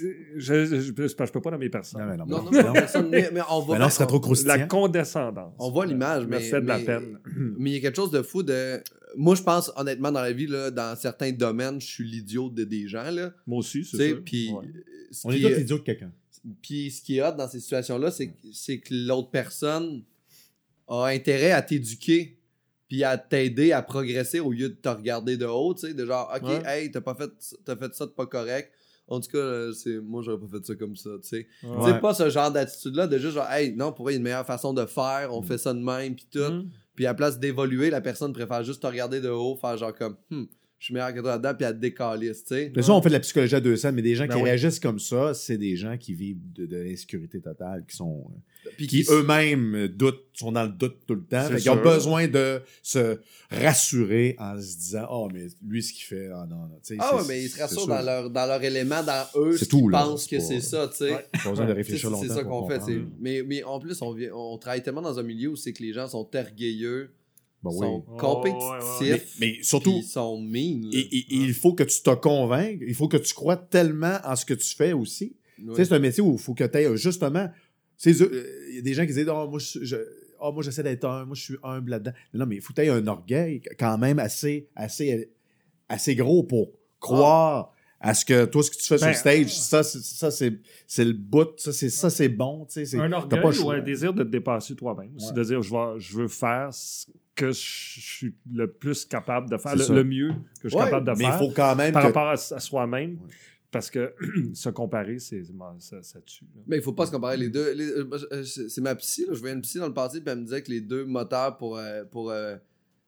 Speaker 3: Je, je, je- c'est parce que je peux pas nommer personne.
Speaker 1: Non, mais non,
Speaker 2: Non, non,
Speaker 1: mais
Speaker 3: hein.
Speaker 2: mais
Speaker 1: non.
Speaker 2: personne- mais- mais on va.
Speaker 1: Mais non, ce serait trop
Speaker 3: la
Speaker 1: croustillant.
Speaker 3: condescendance.
Speaker 2: On voit l'image, mais-
Speaker 3: Me fait de la
Speaker 2: mais-
Speaker 3: peine.
Speaker 2: Mais il y a quelque chose de fou de. Moi, je pense, honnêtement, dans la vie, là, dans certains domaines, je suis l'idiot de des gens, là.
Speaker 3: Moi aussi, c'est
Speaker 2: Tu sais,
Speaker 3: ça.
Speaker 2: puis.
Speaker 3: Ouais.
Speaker 2: euh, ce
Speaker 1: On est
Speaker 2: qui
Speaker 1: tous idiots de quelqu'un.
Speaker 2: Puis ce qui est hot dans ces situations-là, c'est que, c'est que l'autre personne a intérêt à t'éduquer puis à t'aider à progresser au lieu de te regarder de haut, tu sais, de genre, OK,
Speaker 3: Ouais.
Speaker 2: hey, t'as pas fait, t'as fait ça de pas correct. En tout cas, euh, c'est, moi, j'aurais pas fait ça comme ça, tu sais.
Speaker 3: Ouais.
Speaker 2: Tu sais, pas ce genre d'attitude-là de juste genre, hey, non, pour vrai, il y a une meilleure façon de faire, on
Speaker 1: Mm.
Speaker 2: fait ça de même, puis tout.
Speaker 3: Mm.
Speaker 2: Puis à place d'évoluer, la personne préfère juste te regarder de haut, faire genre comme, Hmm, je suis meilleur que toi là-dedans, puis à te décaler, tu sais.
Speaker 1: Mais ça, on fait de la psychologie à 200, mais des gens
Speaker 3: Ben
Speaker 1: qui
Speaker 3: oui.
Speaker 1: réagissent comme ça, c'est des gens qui vivent de, de l'insécurité totale, qui sont. euh,
Speaker 2: Puis
Speaker 1: qui
Speaker 2: qui-
Speaker 1: eux-mêmes euh, doutent, sont dans le doute tout le temps.
Speaker 3: C'est
Speaker 1: Ils ont
Speaker 3: sûr.
Speaker 1: besoin de se rassurer en se disant Ah, mais lui, ce qu'il fait, ah non, non. Tu sais,
Speaker 2: Ah ouais,
Speaker 1: c'est-
Speaker 2: mais ils se
Speaker 1: c'est
Speaker 2: rassurent
Speaker 1: sûr.
Speaker 2: dans leur, dans leur élément, dans eux,
Speaker 1: C'est
Speaker 2: ce qu'ils
Speaker 1: tout, là.
Speaker 2: pensent que
Speaker 1: C'est
Speaker 2: c'est
Speaker 1: pas-
Speaker 2: ça, tu sais.
Speaker 3: Ouais.
Speaker 1: Pas besoin de
Speaker 2: Tu sais,
Speaker 1: réfléchir longtemps.
Speaker 2: C'est ça
Speaker 1: pour
Speaker 2: qu'on fait.
Speaker 1: comprendre.
Speaker 2: c'est- Mais, mais en plus, on, vient- on travaille tellement dans un milieu où c'est que les gens sont orgueilleux
Speaker 1: Ben
Speaker 2: Ils
Speaker 1: oui.
Speaker 2: sont
Speaker 3: ouais,
Speaker 1: Mais,
Speaker 2: compétitifs.
Speaker 1: mais
Speaker 2: puis
Speaker 1: surtout,
Speaker 2: Ils sont mean.
Speaker 1: il, il- il faut que tu te convainques, il faut que tu crois tellement en ce que tu fais aussi. Tu sais, C'est un métier où il faut que tu aies justement. tu sais, euh, Il y a des gens qui disent Ah, moi, je- je- ah, moi, j'essaie d'être humble, moi, je suis humble là-dedans. Mais Non, mais il faut que tu aies un orgueil quand même assez, assez, assez gros pour croire à ce que toi, ce que tu fais
Speaker 3: Ben,
Speaker 1: sur stage, ça, c'est- ça c'est c'est le bout, ça, c'est ça, c'est bon. tu sais, c'est-
Speaker 3: un
Speaker 1: t'as
Speaker 3: orgueil
Speaker 1: pas le
Speaker 3: ou
Speaker 1: choix.
Speaker 3: un désir de te dépasser toi-même. aussi,
Speaker 1: Ouais.
Speaker 3: de dire je, vais- je veux faire ce que je suis le plus capable de faire,
Speaker 1: C'est ça.
Speaker 3: le, le mieux que je suis
Speaker 2: Ouais,
Speaker 3: capable de
Speaker 1: Mais il
Speaker 3: faire
Speaker 1: faut quand même.
Speaker 3: par
Speaker 1: que-
Speaker 3: rapport à, à soi-même.
Speaker 1: Ouais.
Speaker 3: Parce que se comparer, c'est, ça, ça tue. là.
Speaker 2: Mais il faut pas se comparer les deux. les- euh, moi, je- euh, c'est c'est ma psy, là. je voyais une psy dans le passé, puis elle me disait que les deux moteurs pour, euh, pour, euh,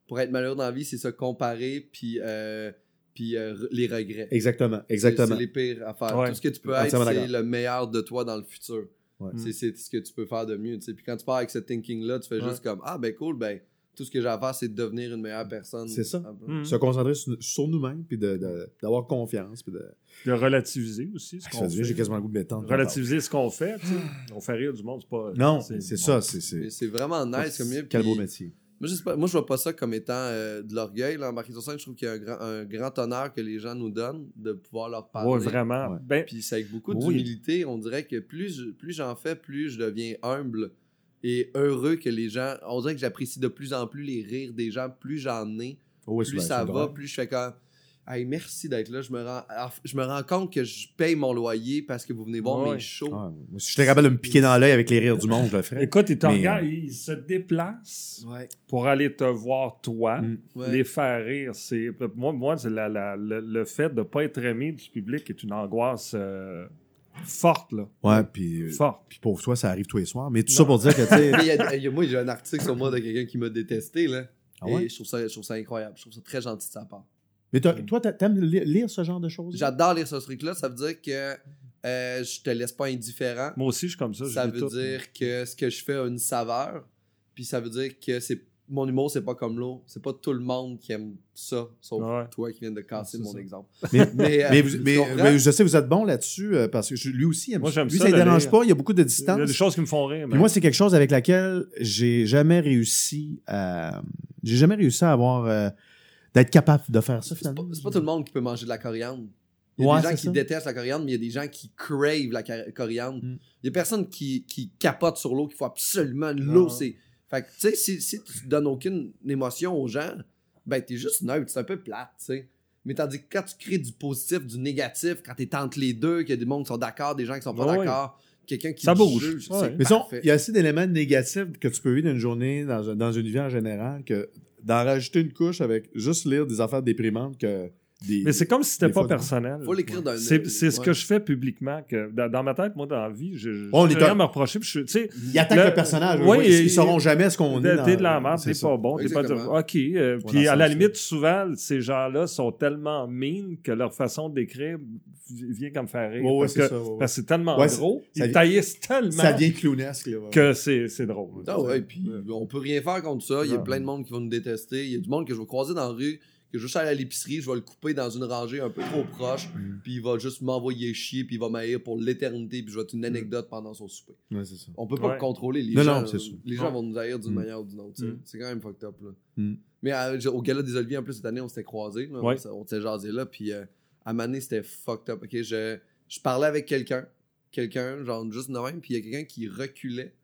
Speaker 2: pour être malheureux dans la vie, c'est se comparer, puis, euh, puis euh, re- les regrets.
Speaker 1: Exactement,
Speaker 2: C'est-
Speaker 1: exactement.
Speaker 2: C'est les pires affaires.
Speaker 3: Ouais.
Speaker 2: Tout ce que tu peux être,
Speaker 1: Entièrement
Speaker 2: c'est
Speaker 1: d'accord.
Speaker 2: le meilleur de toi dans le futur.
Speaker 1: Ouais.
Speaker 2: C'est- C'est ce que tu peux faire de mieux. tu sais. Puis quand tu pars avec ce thinking-là, tu fais
Speaker 3: Ouais.
Speaker 2: juste comme Ah, ben cool, ben tout ce que j'ai à faire, c'est de devenir une meilleure personne.
Speaker 1: C'est ça.
Speaker 2: Ah, bon.
Speaker 3: Mm.
Speaker 1: Se concentrer sur, sur nous-mêmes, puis de- de- d'avoir confiance. Puis de...
Speaker 3: De relativiser aussi ce
Speaker 1: Ah,
Speaker 3: qu'on
Speaker 1: ça devient-
Speaker 3: fait.
Speaker 1: J'ai quasiment le goût de m'étendre.
Speaker 3: Relativiser ce qu'on fait. tu sais. On fait rire du monde, c'est pas...
Speaker 1: Non, c'est ça. c'est-
Speaker 2: Mais
Speaker 1: C'est
Speaker 2: C'est vraiment nice comme mieux.
Speaker 1: Quel beau
Speaker 2: puis-
Speaker 1: métier.
Speaker 2: Moi, je sais pas- moi, je vois pas ça comme étant euh, de l'orgueil. là. En marqué sur scène, je trouve qu'il y a un grand, un grand honneur que les gens nous donnent de pouvoir leur parler.
Speaker 3: Ouais, vraiment.
Speaker 1: Ouais.
Speaker 3: Ben,
Speaker 2: Puis c'est avec beaucoup
Speaker 3: Oui.
Speaker 2: d'humilité. On dirait que plus, je- plus j'en fais, plus je deviens humble et heureux que les gens. On dirait que j'apprécie de plus en plus les rires des gens. Plus j'en ai,
Speaker 1: Oh, oui,
Speaker 2: plus
Speaker 1: c'est-
Speaker 2: ça
Speaker 1: c'est
Speaker 2: va,
Speaker 1: drôle.
Speaker 2: plus je fais comme. Hey, merci d'être là. Je me, rends, je me rends compte que je paye mon loyer parce que vous venez voir
Speaker 3: Ouais.
Speaker 2: mes shows.
Speaker 1: Ah, moi, si j'étais capable de me piquer dans l'œil avec les rires du monde, je le ferais.
Speaker 3: écoute, ils te
Speaker 1: Mais,
Speaker 3: regardent,
Speaker 1: euh,
Speaker 3: ils se déplacent
Speaker 2: Ouais.
Speaker 3: pour aller te voir toi.
Speaker 1: Mm.
Speaker 2: Ouais.
Speaker 3: Les faire rire, c'est. Moi, moi c'est la- la- le, le fait de ne pas être aimé du public est une angoisse euh, forte, là.
Speaker 1: Ouais, puis, euh,
Speaker 3: Forte.
Speaker 1: puis pour toi, ça arrive tous les soirs. Mais tout
Speaker 3: Non.
Speaker 1: ça pour dire que, tu sais.
Speaker 2: Mais il y a- il y a- moi, j'ai un article sur moi de quelqu'un qui m'a détesté. Là.
Speaker 1: Ah ouais?
Speaker 2: Et je trouve, ça, je trouve ça incroyable. Je trouve ça très gentil de sa part.
Speaker 1: Mais t'as- toi, t'a- t'aimes li- lire ce genre de choses?
Speaker 2: J'adore lire ce truc-là. Ça veut dire que euh, je te laisse pas indifférent.
Speaker 3: Moi aussi, je suis comme ça. je
Speaker 2: ça
Speaker 3: lis
Speaker 2: veut
Speaker 3: tout.
Speaker 2: dire que ce que je fais a une saveur. Puis ça veut dire que c'est mon humour, c'est pas comme l'eau. C'est pas tout le monde qui aime ça, sauf
Speaker 3: Ouais.
Speaker 2: toi qui viens de casser
Speaker 3: C'est
Speaker 2: mon
Speaker 3: ça.
Speaker 2: exemple.
Speaker 1: Mais,
Speaker 2: Mais, euh,
Speaker 1: mais vous-
Speaker 2: tu
Speaker 1: mais-
Speaker 2: comprends?
Speaker 1: mais je sais, vous êtes bon là-dessus euh, parce que je- lui aussi aime
Speaker 3: Moi, j'aime
Speaker 1: Lui,
Speaker 3: ça,
Speaker 1: ça ne
Speaker 3: le
Speaker 1: dérange
Speaker 3: lire.
Speaker 1: pas. Il y a beaucoup de
Speaker 3: Il y a
Speaker 1: distance.
Speaker 3: des choses qui me font rire.
Speaker 1: Puis
Speaker 3: mais-
Speaker 1: moi, c'est quelque chose avec laquelle j'ai jamais réussi à. J'ai jamais réussi à avoir. euh, d'être capable de faire ça,
Speaker 2: C'est pas,
Speaker 1: finalement.
Speaker 2: c'est pas tout le monde qui peut manger de la coriandre. Il y a
Speaker 1: Ouais,
Speaker 2: des gens
Speaker 1: c'est
Speaker 2: qui
Speaker 1: ça.
Speaker 2: détestent la coriandre, mais il y a des gens qui crave la ca- coriandre.
Speaker 1: Mm.
Speaker 2: Il y a personne qui, qui capote sur l'eau, qui faut absolument l'eau.
Speaker 3: Ouais.
Speaker 2: C'est... Fait que, tu sais, si, si tu donnes aucune émotion aux gens, ben, t'es juste neutre, c'est un peu plate, tu sais. Mais tandis que quand tu crées du positif, du négatif, quand t'es entre les deux, qu'il y a des gens qui sont d'accord, des gens qui sont pas
Speaker 3: Ouais, ouais.
Speaker 2: d'accord, quelqu'un qui
Speaker 3: Ça
Speaker 2: te
Speaker 3: bouge.
Speaker 2: juge,
Speaker 3: Ouais.
Speaker 2: c'est
Speaker 1: Mais disons,
Speaker 2: parfait.
Speaker 1: il y a assez d'éléments négatifs que tu peux vivre dans une journée, dans, un- dans une vie en général, que d'en rajouter une couche avec juste lire des affaires déprimantes que des.
Speaker 3: Mais c'est comme si c'était
Speaker 1: Des
Speaker 3: pas
Speaker 1: fois,
Speaker 3: personnel.
Speaker 2: Faut l'écrire d'un...
Speaker 1: Euh,
Speaker 3: C'est c'est ce
Speaker 2: ouais.
Speaker 3: que je fais publiquement. Que dans, dans ma tête, moi, dans la vie, je je-
Speaker 1: On est
Speaker 3: j'ai rien
Speaker 1: un-
Speaker 3: à me reprocher. puis je suis- tu sais,
Speaker 1: Ils attaquent
Speaker 3: Le-
Speaker 1: le, personnage.
Speaker 3: Oui,
Speaker 1: oui, ils,
Speaker 3: et-
Speaker 1: ils sauront jamais ce qu'on est.
Speaker 3: T'es
Speaker 1: dans-
Speaker 3: t'es de la merde,
Speaker 1: c'est
Speaker 3: t'es
Speaker 1: ça.
Speaker 3: pas bon, t'es pas
Speaker 2: Exactement.
Speaker 3: OK. euh,
Speaker 1: Faut
Speaker 3: puis
Speaker 1: dans ce
Speaker 3: à la
Speaker 1: sens-là.
Speaker 3: limite, souvent, ces gens-là sont tellement mean que leur façon d'écrire vi- vient comme faire rire.
Speaker 1: Ouais, ouais,
Speaker 3: parce,
Speaker 1: c'est
Speaker 3: que,
Speaker 1: ça, ouais, ouais.
Speaker 3: parce que c'est tellement
Speaker 1: Ouais, c'est-
Speaker 3: gros,
Speaker 1: ça
Speaker 3: ils
Speaker 1: vi-
Speaker 3: taillissent tellement
Speaker 1: Ça devient clownesque. Là, ouais.
Speaker 3: que c'est c'est drôle.
Speaker 2: Ah ouais, puis on peut rien faire contre ça. Il y a
Speaker 1: Non.
Speaker 2: plein de monde qui vont nous détester. Il y a du monde que je vais croiser dans la rue, que je vais juste aller à l'épicerie, je vais le couper dans une rangée un peu trop proche,
Speaker 1: Mm.
Speaker 2: puis il va juste m'envoyer chier, puis il va m'haïr pour l'éternité, puis je vais être une anecdote pendant son souper.
Speaker 1: Ouais, c'est ça.
Speaker 2: On peut pas
Speaker 3: Ouais.
Speaker 2: contrôler les
Speaker 1: Non,
Speaker 2: gens.
Speaker 1: non, c'est sûr.
Speaker 2: Les gens vont nous haïr d'une
Speaker 1: Mm.
Speaker 2: manière ou d'une autre. tu sais.
Speaker 3: Mm.
Speaker 2: C'est quand même fucked up. Là.
Speaker 1: Mm.
Speaker 2: Mais à- au Gala des Oliviers, en plus, cette année, on s'était croisés. là. On
Speaker 3: Ouais.
Speaker 2: s'est- on s'était jasé là. Puis euh, à Mané, c'était fucked up. ok je, je parlais avec quelqu'un. Quelqu'un, genre juste de même. Puis il y a quelqu'un qui reculait.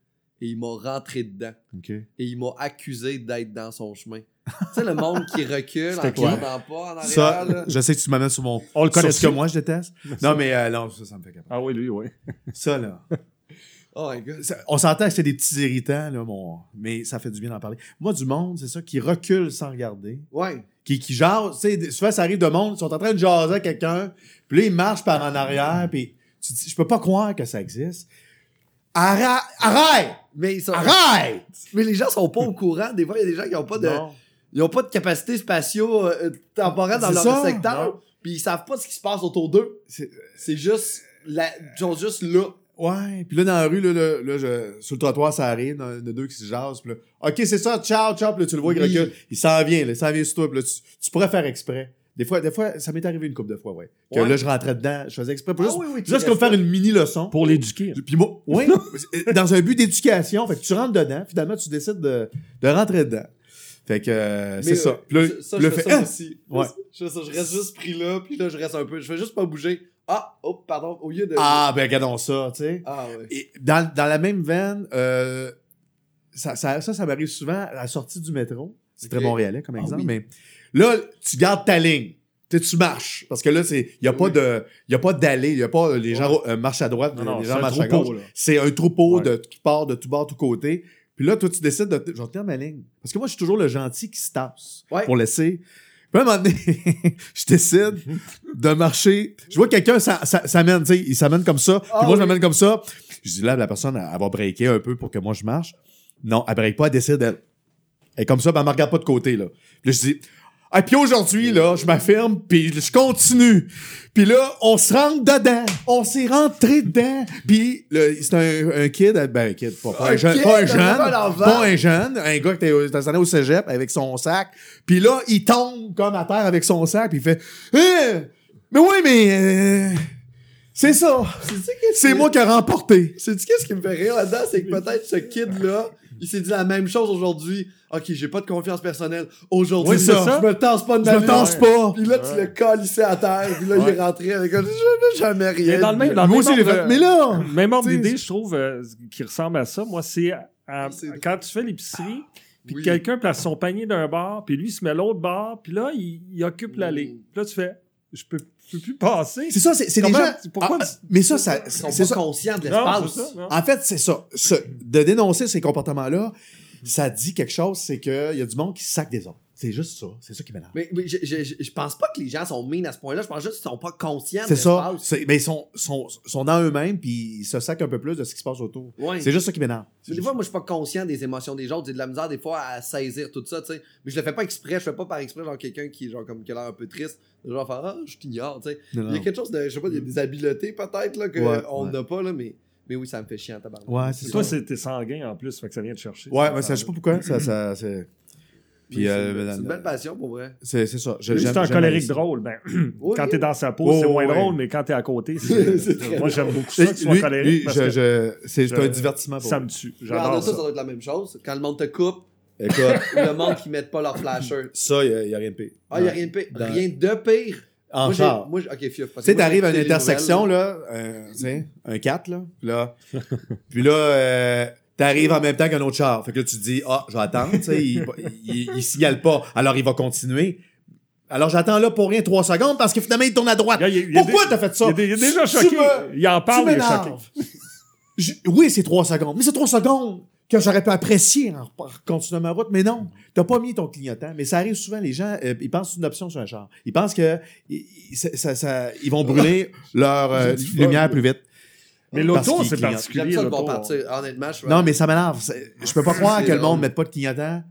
Speaker 2: Et il m'a rentré dedans.
Speaker 1: OK.
Speaker 2: Et il m'a accusé d'être dans son chemin. tu sais, le monde qui recule en
Speaker 1: C'était quoi?
Speaker 2: regardant pas en arrière.
Speaker 1: Ça,
Speaker 2: là.
Speaker 1: je sais que tu m'amènes sur mon.
Speaker 3: On le connaît
Speaker 1: Sur ce que moi je déteste. Non, mais euh, non, ça, ça me fait capable.
Speaker 3: Ah oui, lui, oui.
Speaker 1: Ça, là.
Speaker 2: Oh my god.
Speaker 1: Ça- on s'entend que c'est des petits irritants, là, mon... mais ça fait du bien d'en parler. Moi, du monde, c'est ça, qui recule sans regarder.
Speaker 2: Ouais.
Speaker 1: qui, qui jase. Tu sais, des- souvent, ça arrive de monde, ils sont en train de jaser à quelqu'un, puis là, ils marchent par en arrière, puis tu dis, je peux pas croire que ça existe. Arrête! Arrête!
Speaker 2: Mais, ils sont-
Speaker 1: Arrête!
Speaker 2: mais les gens sont pas au courant. Des fois, il y a des gens qui ont pas de.
Speaker 3: Non.
Speaker 2: Ils n'ont pas de capacité spatio-temporelle dans
Speaker 1: C'est
Speaker 2: leur
Speaker 1: ça,
Speaker 2: secteur, puis ils savent pas ce qui se passe autour d'eux.
Speaker 1: C'est-
Speaker 2: C'est juste. La... Ils sont juste là.
Speaker 1: Ouais, puis là, dans la rue, là, là, là, je- sur le trottoir, ça arrive, il y en a deux qui se jasent, puis là, OK, c'est ça, ciao, ciao, puis là, tu le vois, il
Speaker 2: Oui.
Speaker 1: recule. Il s'en vient, là, il s'en vient sur toi, puis là, tu, tu pourrais faire exprès. Des fois, des fois, ça m'est arrivé une couple de fois, ouais. Que
Speaker 2: Ouais.
Speaker 1: là, je rentrais dedans, je faisais exprès, pour juste,
Speaker 2: Ah oui, oui, tu
Speaker 1: juste comme faire
Speaker 2: restes
Speaker 1: une mini-leçon.
Speaker 3: Pour l'éduquer.
Speaker 1: Puis moi, oui, euh, dans un but d'éducation, fait que tu rentres dedans, finalement tu décides de, de rentrer dedans. Fait que euh,
Speaker 2: Mais,
Speaker 1: c'est ça.
Speaker 2: euh,
Speaker 1: Puis là,
Speaker 2: je- ça,
Speaker 1: puis là,
Speaker 2: je fais
Speaker 1: fait,
Speaker 2: ça
Speaker 1: Ah!
Speaker 2: aussi.
Speaker 1: Ouais.
Speaker 2: Je fais ça, je reste juste pris là, puis là, je reste un peu. Je fais juste pas bouger. Ah, oh, pardon, au lieu de.
Speaker 1: Ah, ben regardons ça, tu sais.
Speaker 2: Ah, ouais.
Speaker 1: Et dans, dans la même veine, euh, ça, ça, ça, ça m'arrive souvent à la sortie du métro. C'est
Speaker 2: Ok.
Speaker 1: très montréalais comme
Speaker 2: Ah
Speaker 1: exemple,
Speaker 2: oui.
Speaker 1: mais là, tu gardes ta ligne. Tu sais, tu marches. Parce que là, il n'y a, pas
Speaker 2: Oui.
Speaker 1: de- y a pas d'allée. Il n'y a pas euh, les gens
Speaker 3: Ouais.
Speaker 1: euh, marchent à droite,
Speaker 3: Ah Non, non,
Speaker 1: les
Speaker 3: c'est
Speaker 1: gens
Speaker 3: un
Speaker 1: marchent à
Speaker 3: troupeau,
Speaker 1: gauche.
Speaker 3: là.
Speaker 1: C'est un troupeau
Speaker 3: Ouais.
Speaker 1: de, qui part de tout bord, tout côté. Puis là, toi, tu décides de. Je vais tenir ma ligne. Parce que moi, je suis toujours le gentil qui se tasse
Speaker 2: Ouais.
Speaker 1: pour laisser. Puis à un moment donné, je décide de marcher. Je vois quelqu'un ça, ça, s'amène, tu sais, il s'amène comme ça. puis
Speaker 2: Ah
Speaker 1: moi,
Speaker 2: oui.
Speaker 1: je m'amène comme ça. Je dis là, la personne, elle, elle va breaker un peu pour que moi, je marche. Non, elle break pas, elle décide, elle. Elle est comme ça, puis elle me regarde pas de côté, là. Puis là, je dis, ah, puis aujourd'hui, là, je m'affirme, puis je continue. Puis là, on se rentre dedans. On s'est rentré dedans. Puis là, c'est un, un kid, ben un kid, pas, pas un,
Speaker 2: Un
Speaker 1: jeune,
Speaker 2: kid,
Speaker 1: pas un
Speaker 2: t'as
Speaker 1: jeune,
Speaker 2: pas l'enfant.
Speaker 1: pas un jeune, un gars qui était installé au cégep avec son sac. Puis là, il tombe comme à terre avec son sac, puis il fait, Hein? mais oui, mais euh, c'est ça. C'est moi qui ai remporté.
Speaker 2: Sais-tu qu'est-ce qui me fait rire là-dedans? C'est que peut-être ce kid-là, il s'est dit la même chose aujourd'hui. Ok, j'ai pas de confiance personnelle. Aujourd'hui,
Speaker 1: Oui, c'est ça.
Speaker 2: je me tasse pas de
Speaker 1: Je
Speaker 2: ma
Speaker 1: me
Speaker 2: vie.
Speaker 1: tasse pas.
Speaker 2: Puis là, tu
Speaker 3: Ouais.
Speaker 2: le collissais à terre. Puis là, il est rentré avec un. Je veux jamais rien.
Speaker 3: Mais dans le même,
Speaker 2: dire.
Speaker 3: dans le
Speaker 1: Moi
Speaker 3: même
Speaker 1: aussi, j'ai
Speaker 3: ordre
Speaker 1: fait,
Speaker 3: de-
Speaker 1: mais là!
Speaker 3: Même ordre
Speaker 1: Tu sais,
Speaker 3: d'idée, je trouve, euh, qui ressemble à ça, moi, c'est euh, à-
Speaker 2: C'est-
Speaker 3: quand tu fais l'épicerie, puis
Speaker 2: Oui.
Speaker 3: quelqu'un place son panier d'un bar, puis lui, il se met l'autre bar, puis là, il, il occupe l'allée.
Speaker 2: Mm.
Speaker 3: Puis Là, tu fais, je peux, je peux plus passer.
Speaker 1: C'est ça, c'est c'est des
Speaker 3: Comment-
Speaker 1: gens.
Speaker 3: pourquoi
Speaker 1: Ah,
Speaker 3: tu-
Speaker 1: mais ça, ça
Speaker 2: Ils sont
Speaker 1: c'est
Speaker 2: pas hein?
Speaker 1: ça.
Speaker 2: conscients de
Speaker 3: Non,
Speaker 2: l'espace.
Speaker 3: c'est ça, non.
Speaker 1: En fait, c'est ça. Ce- de dénoncer ces comportements-là, ça dit quelque chose, c'est qu'il y a du monde qui sac des autres. C'est juste ça. C'est ça qui m'énerve.
Speaker 2: Mais, mais je, je- je- je pense pas que les gens sont mean à ce point-là. Je pense juste qu'ils sont pas conscients de
Speaker 1: C'est ça.
Speaker 2: l'espace.
Speaker 1: C'est- Mais ils sont, sont, sont dans eux-mêmes, puis ils se sacent un peu plus de ce qui se passe autour.
Speaker 2: Ouais.
Speaker 1: C'est juste ça qui m'énerve.
Speaker 2: Mais des fois, moi, je suis pas conscient des émotions des autres. J'ai de la misère, des fois, à saisir tout ça, tu sais. Mais je le fais pas exprès. Je fais pas par exprès, genre, quelqu'un qui, est, genre, comme, qui a l'air un peu triste. Genre, faire, ah, je t'ignore, tu sais.
Speaker 1: Non,
Speaker 2: Il y a
Speaker 1: non.
Speaker 2: quelque chose de, je sais pas, il y a des habiletés, peut-être, là,
Speaker 1: Ouais,
Speaker 2: qu'on
Speaker 1: ouais.
Speaker 2: n'a pas, là, mais, mais oui, ça me fait chier en tabarnak.
Speaker 1: Ouais, c'est
Speaker 3: Toi,
Speaker 1: ça.
Speaker 3: c'est- t'es sanguin en plus, fait que ça vient de chercher.
Speaker 1: Ouais, mais ça, je sais pas pourquoi. Ça, ça, c'est...
Speaker 2: Mais
Speaker 1: Puis,
Speaker 2: c'est
Speaker 1: euh,
Speaker 2: une- c'est une
Speaker 1: euh,
Speaker 2: belle passion, pour vrai.
Speaker 1: c'est, c'est ça. Je-
Speaker 3: Lui,
Speaker 1: j'aime-
Speaker 3: c'est un
Speaker 1: j'aime
Speaker 3: colérique
Speaker 1: ça.
Speaker 3: drôle. Ben,
Speaker 2: Oui.
Speaker 3: quand t'es dans sa peau,
Speaker 1: Oh,
Speaker 3: c'est moins
Speaker 1: ouais.
Speaker 3: drôle, mais quand t'es à côté, c'est-
Speaker 2: C'est très
Speaker 3: moi, j'aime beaucoup ça, que tu sois
Speaker 1: Lui-
Speaker 3: colérique,
Speaker 1: lui,
Speaker 3: parce
Speaker 1: je-
Speaker 3: que
Speaker 1: je- c'est
Speaker 3: je-
Speaker 1: un divertissement pour
Speaker 3: ça
Speaker 1: moi.
Speaker 3: me tue.
Speaker 2: Regarde
Speaker 3: J'adore
Speaker 2: ça, ça
Speaker 3: ça.
Speaker 2: doit être la même chose. Quand le monde te coupe,
Speaker 1: Écoute,
Speaker 2: le monde qui met pas leur flasher.
Speaker 1: ça, il n'y a, rien de pire.
Speaker 2: Ah, il y a rien de pire.
Speaker 1: Dans-
Speaker 2: Rien de pire.
Speaker 1: En
Speaker 2: moi, j'ai-
Speaker 1: char.
Speaker 2: moi, j'ai- ok, fiof,
Speaker 1: Tu
Speaker 2: parce que
Speaker 1: sais,
Speaker 2: moi, j'ai
Speaker 1: t'arrives à une
Speaker 2: écouté les
Speaker 1: intersection,
Speaker 2: nouvelles,
Speaker 1: là, euh, tu sais, un 4, là, puis là, puis là euh, t'arrives en même temps qu'un autre char. Fait que là, tu te dis, ah, je vais attendre, tu sais, il, il, il signale pas, alors il va continuer. Alors j'attends là pour rien 3 secondes parce que finalement, il tourne à droite.
Speaker 3: Il y a- il y a- il y a
Speaker 1: Pourquoi
Speaker 3: des-
Speaker 1: t'as fait ça?
Speaker 3: Il est dé- il est déjà
Speaker 1: Tu
Speaker 3: choqué.
Speaker 1: me-
Speaker 3: Il en
Speaker 1: Tu
Speaker 3: parle, il est choqué.
Speaker 1: m'énerves. Je- Oui, c'est 3 secondes, mais c'est 3 secondes que j'aurais pu apprécier en, en continuant ma route, mais non, t'as pas mis ton clignotant. Mais ça arrive souvent, les gens, euh, ils pensent que c'est une option sur un char. Ils pensent que ils, ils- ça- ça- ça- ils vont brûler leur euh,
Speaker 2: J'ai du fun.
Speaker 1: lumière plus vite.
Speaker 3: Mais
Speaker 1: Parce
Speaker 3: l'auto,
Speaker 1: qu'il
Speaker 3: c'est
Speaker 1: clignote.
Speaker 2: J'aime
Speaker 3: particulier.
Speaker 2: ça de
Speaker 3: l'auto.
Speaker 2: bon partir. Honnêtement, je suis-
Speaker 1: euh, Non, mais ça m'énerve. C'est- Je peux pas croire
Speaker 2: Ah, C'est
Speaker 1: que le monde
Speaker 2: drôle.
Speaker 1: ne mette pas de clignotant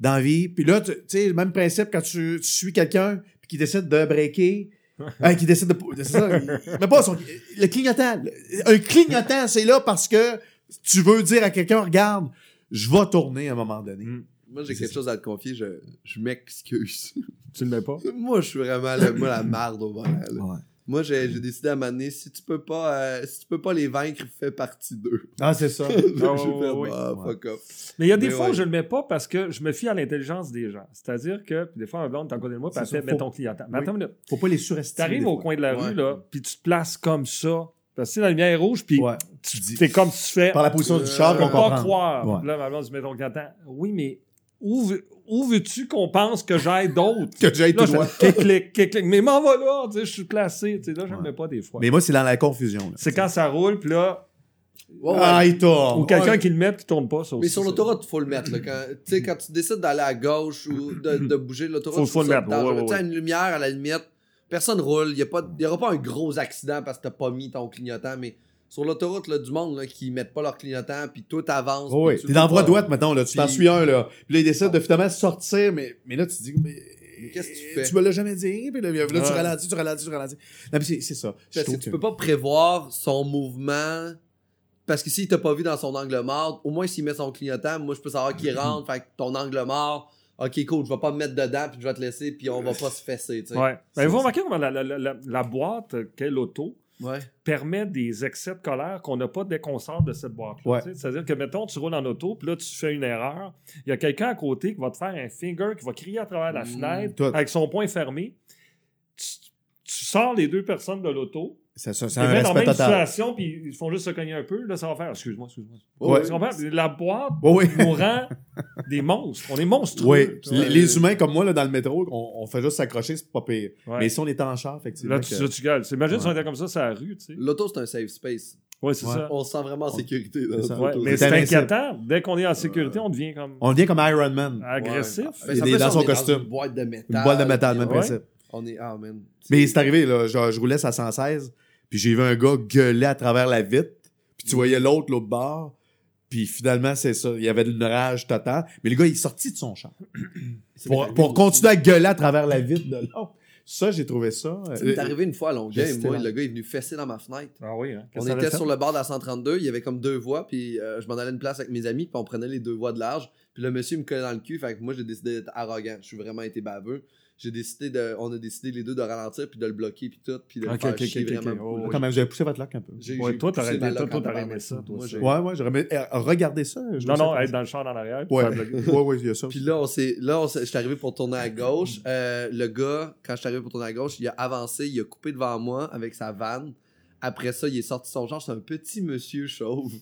Speaker 1: dans la vie. Puis là, tu tu sais, le même principe quand tu, tu suis quelqu'un puis qui décide de breaker, euh, qui décide de. C'est ça. il- Mais pas son. Le clignotant. le- Un clignotant, c'est là parce que tu veux dire à quelqu'un, regarde, je vais tourner à un moment donné.
Speaker 3: Mm.
Speaker 2: Moi, j'ai quelque chose à te confier, je, je m'excuse.
Speaker 3: Tu le mets pas.
Speaker 2: moi, je suis vraiment le- moi, la marde au volant. là.
Speaker 1: Ouais.
Speaker 2: Moi, j'ai j'ai décidé à m'amener, si tu peux pas euh, si tu peux pas les vaincre, fais partie d'eux.
Speaker 1: Ah, c'est ça.
Speaker 2: J'ai fait,
Speaker 3: oui.
Speaker 2: ah,
Speaker 1: Ouais.
Speaker 2: fuck off.
Speaker 3: Mais il y a des
Speaker 2: Mais
Speaker 3: fois
Speaker 2: ouais.
Speaker 3: où je le mets pas parce que je me fie à l'intelligence des gens. C'est-à-dire que puis des fois, un blonde, t'en connais moi, puis
Speaker 1: C'est
Speaker 3: elle
Speaker 1: ça,
Speaker 3: fait,
Speaker 1: faut-
Speaker 3: mets ton client. Mais
Speaker 1: Oui.
Speaker 3: attends une minute.
Speaker 1: Faut pas les surestimer.
Speaker 3: T'arrives
Speaker 1: des
Speaker 3: au
Speaker 1: fois.
Speaker 3: coin de la
Speaker 2: Ouais.
Speaker 3: rue, là, puis tu te places comme ça. Parce que si la lumière est rouge, puis
Speaker 1: Ouais.
Speaker 3: tu
Speaker 1: Tu dis-
Speaker 3: t'es comme tu fais.
Speaker 1: Par la position du char,
Speaker 3: Je
Speaker 1: qu'on
Speaker 3: peux Euh, pas
Speaker 1: comprend.
Speaker 3: croire.
Speaker 1: Ouais.
Speaker 3: Puis Là, ma blonde, dit, mets ton client. Oui, mais où, veux- où veux-tu qu'on pense que j'aille d'autres?
Speaker 1: Que j'aille
Speaker 3: Là,
Speaker 1: tout
Speaker 3: je
Speaker 1: droit.
Speaker 3: fais clic, clic, clic. Mais m'en va là, tu sais, je suis placé. Tu sais, là, je le
Speaker 1: Ouais.
Speaker 3: mets pas des fois.
Speaker 1: Mais moi, c'est dans la confusion. là.
Speaker 3: C'est quand ça roule, puis là,
Speaker 2: Ouais, ouais.
Speaker 1: Ah, il tourne.
Speaker 3: ou quelqu'un
Speaker 1: Ouais.
Speaker 3: qui le met, qui tourne pas, ça aussi.
Speaker 2: Mais sur l'autoroute, faut le mettre. Là, quand, tu sais, quand tu décides d'aller à gauche ou de, de bouger l'autoroute,
Speaker 3: Faut-
Speaker 2: je
Speaker 3: faut
Speaker 2: trouve
Speaker 3: le
Speaker 2: ça
Speaker 3: mettre,
Speaker 2: dangereux.
Speaker 3: ouais, ouais,
Speaker 2: Tu sais,
Speaker 3: ouais.
Speaker 2: une lumière à la limite, personne roule. Il n'y aura pas un gros accident parce que t'as pas mis ton clignotant. Mais sur l'autoroute, là, du monde là, qui mettent pas leur clignotant, puis toi t'avances.
Speaker 1: Oh Oui,
Speaker 2: puis tu
Speaker 1: t'es
Speaker 2: le
Speaker 1: dans la
Speaker 2: vois
Speaker 1: voie
Speaker 2: pas.
Speaker 1: droite maintenant, là, tu t'en
Speaker 2: Puis-
Speaker 1: suis un, là. Puis là, il décide de finalement sortir, mais, mais là, tu te dis, mais, eh,
Speaker 2: Qu'est-ce que tu fais?
Speaker 1: Tu me l'as jamais dit, puis là, là, tu
Speaker 3: Ouais.
Speaker 1: ralentis, tu ralentis, tu ralentis. Non, mais c'est c'est ça. Je
Speaker 2: Parce que
Speaker 1: trouve
Speaker 2: tu
Speaker 1: que-
Speaker 2: peux pas prévoir son mouvement. Parce que s'il t'a pas vu dans son angle mort, au moins s'il met son clignotant, moi je peux savoir
Speaker 3: Mm-hmm.
Speaker 2: qu'il rentre. Fait que ton angle mort, ok, cool, je vais pas me mettre dedans, puis je vais te laisser, puis on va pas se fesser. tu sais.
Speaker 3: Ouais. Ben,
Speaker 2: C'est-
Speaker 3: vous remarquez comment la, la- la- la- la boîte qu'est l'auto,
Speaker 2: Ouais.
Speaker 3: permet des excès de colère qu'on n'a pas dès qu'on sort de cette boîte-là.
Speaker 1: Ouais.
Speaker 3: tu sais. C'est-à-dire que, mettons, tu roules en auto, puis là, tu fais une erreur. Il y a quelqu'un à côté qui va te faire un finger, qui va crier à travers la
Speaker 2: Mm,
Speaker 3: fenêtre,
Speaker 1: Mmh, tout.
Speaker 3: avec son poing fermé. Tu, tu sors les deux personnes de l'auto,
Speaker 1: Ça, ça, c'est
Speaker 3: tu les
Speaker 1: un
Speaker 3: mets dans la
Speaker 1: respect
Speaker 3: même
Speaker 1: total.
Speaker 3: situation, puis ils font juste se cogner un peu. Là, ça va faire excuse-moi, excuse-moi.
Speaker 1: Ouais.
Speaker 3: Tu comprends? La boîte
Speaker 1: Oui, oui.
Speaker 3: nous rend des monstres. On est monstrueux.
Speaker 1: Oui,
Speaker 3: tu vois.
Speaker 1: les, les humains comme moi là, dans le métro, on, on fait juste s'accrocher, c'est pas pire.
Speaker 3: Ouais.
Speaker 1: Mais si on était en char, effectivement.
Speaker 3: Là, tu,
Speaker 1: que-
Speaker 3: là, tu gueules. Imagine
Speaker 1: Ouais.
Speaker 3: si on était comme ça sur la rue, tu sais.
Speaker 2: L'auto, c'est un safe space.
Speaker 3: Ouais, c'est
Speaker 1: Ouais.
Speaker 3: ça.
Speaker 2: On se sent vraiment en
Speaker 1: On-
Speaker 2: sécurité. dans
Speaker 1: C'est ça.
Speaker 2: l'auto.
Speaker 3: Ouais, mais
Speaker 1: C'est
Speaker 3: c'est
Speaker 1: invincible.
Speaker 3: inquiétant. Dès qu'on est en sécurité, on devient comme
Speaker 1: On devient comme Iron Man.
Speaker 3: Ah. agressif.
Speaker 2: Ah, Mais
Speaker 1: Il
Speaker 2: ça
Speaker 1: est dans
Speaker 2: fait ça,
Speaker 1: son
Speaker 2: on est
Speaker 1: costume.
Speaker 2: une boîte de métal.
Speaker 1: Une boîle de métal, même
Speaker 3: Ouais.
Speaker 1: principe.
Speaker 2: On est. Ah, man.
Speaker 1: Mais c'est arrivé, là, je, je roulais à 116, puis j'ai vu un gars gueuler à travers la vitre, puis tu voyais l'autre, l'autre bord, puis finalement, c'est ça, il y avait une rage totale. Mais le gars, il est sorti de son champ
Speaker 2: C'est
Speaker 1: pour,
Speaker 2: arrivé
Speaker 1: pour
Speaker 2: aussi.
Speaker 1: continuer à gueuler à travers la vitre de l'autre. Ça, j'ai trouvé ça.
Speaker 2: Ça
Speaker 1: euh,
Speaker 2: m'est arrivé une fois à Longueuil.
Speaker 1: J'étais
Speaker 2: Moi,
Speaker 1: là.
Speaker 2: le gars est venu fesser dans ma fenêtre.
Speaker 3: Ah oui, hein?
Speaker 2: On
Speaker 3: Qu'est-ce que ça
Speaker 2: était
Speaker 3: fait?
Speaker 2: sur le bord de la 132, il y avait comme deux voies, puis euh, je m'en allais une place avec mes amis, puis on prenait les deux voies de large. Puis le monsieur me collait dans le cul, fait que moi j'ai décidé d'être arrogant. Je suis vraiment été baveux. J'ai décidé de, on a décidé les deux de ralentir puis de le bloquer puis tout, puis de
Speaker 3: Ok,
Speaker 2: le faire
Speaker 3: ok,
Speaker 2: chier
Speaker 3: ok, ok,
Speaker 2: vraiment.
Speaker 3: oh,
Speaker 2: beaucoup, là.
Speaker 3: oui.
Speaker 1: euh, Quand même, j'avais poussé votre lac un peu.
Speaker 2: J'ai-
Speaker 3: Ouais,
Speaker 2: j'ai
Speaker 3: toi, t'aurais
Speaker 2: poussé
Speaker 3: aimé-
Speaker 2: ma
Speaker 3: toi,
Speaker 2: loque
Speaker 3: toi,
Speaker 2: en
Speaker 3: t'aurais aimé
Speaker 2: tabarnak.
Speaker 3: ça, toi,
Speaker 2: Moi,
Speaker 3: ça.
Speaker 2: j'ai-
Speaker 1: Ouais, ouais, j'aurais aimé- eh, Regardez ça. je
Speaker 3: Non,
Speaker 1: trouve
Speaker 3: non,
Speaker 1: ça-
Speaker 3: être dans le champ dans l'arrière. puis
Speaker 1: Ouais,
Speaker 3: faire bloquer.
Speaker 1: ouais, ouais, il y a ça.
Speaker 2: Puis là, on s'est, là, on s'est- j'étais arrivé pour tourner à gauche. Euh, le gars, quand je suis arrivé pour tourner à gauche, il a avancé, il a coupé devant moi avec sa vanne. Après ça, il est sorti son genre, c'est un petit monsieur chauve.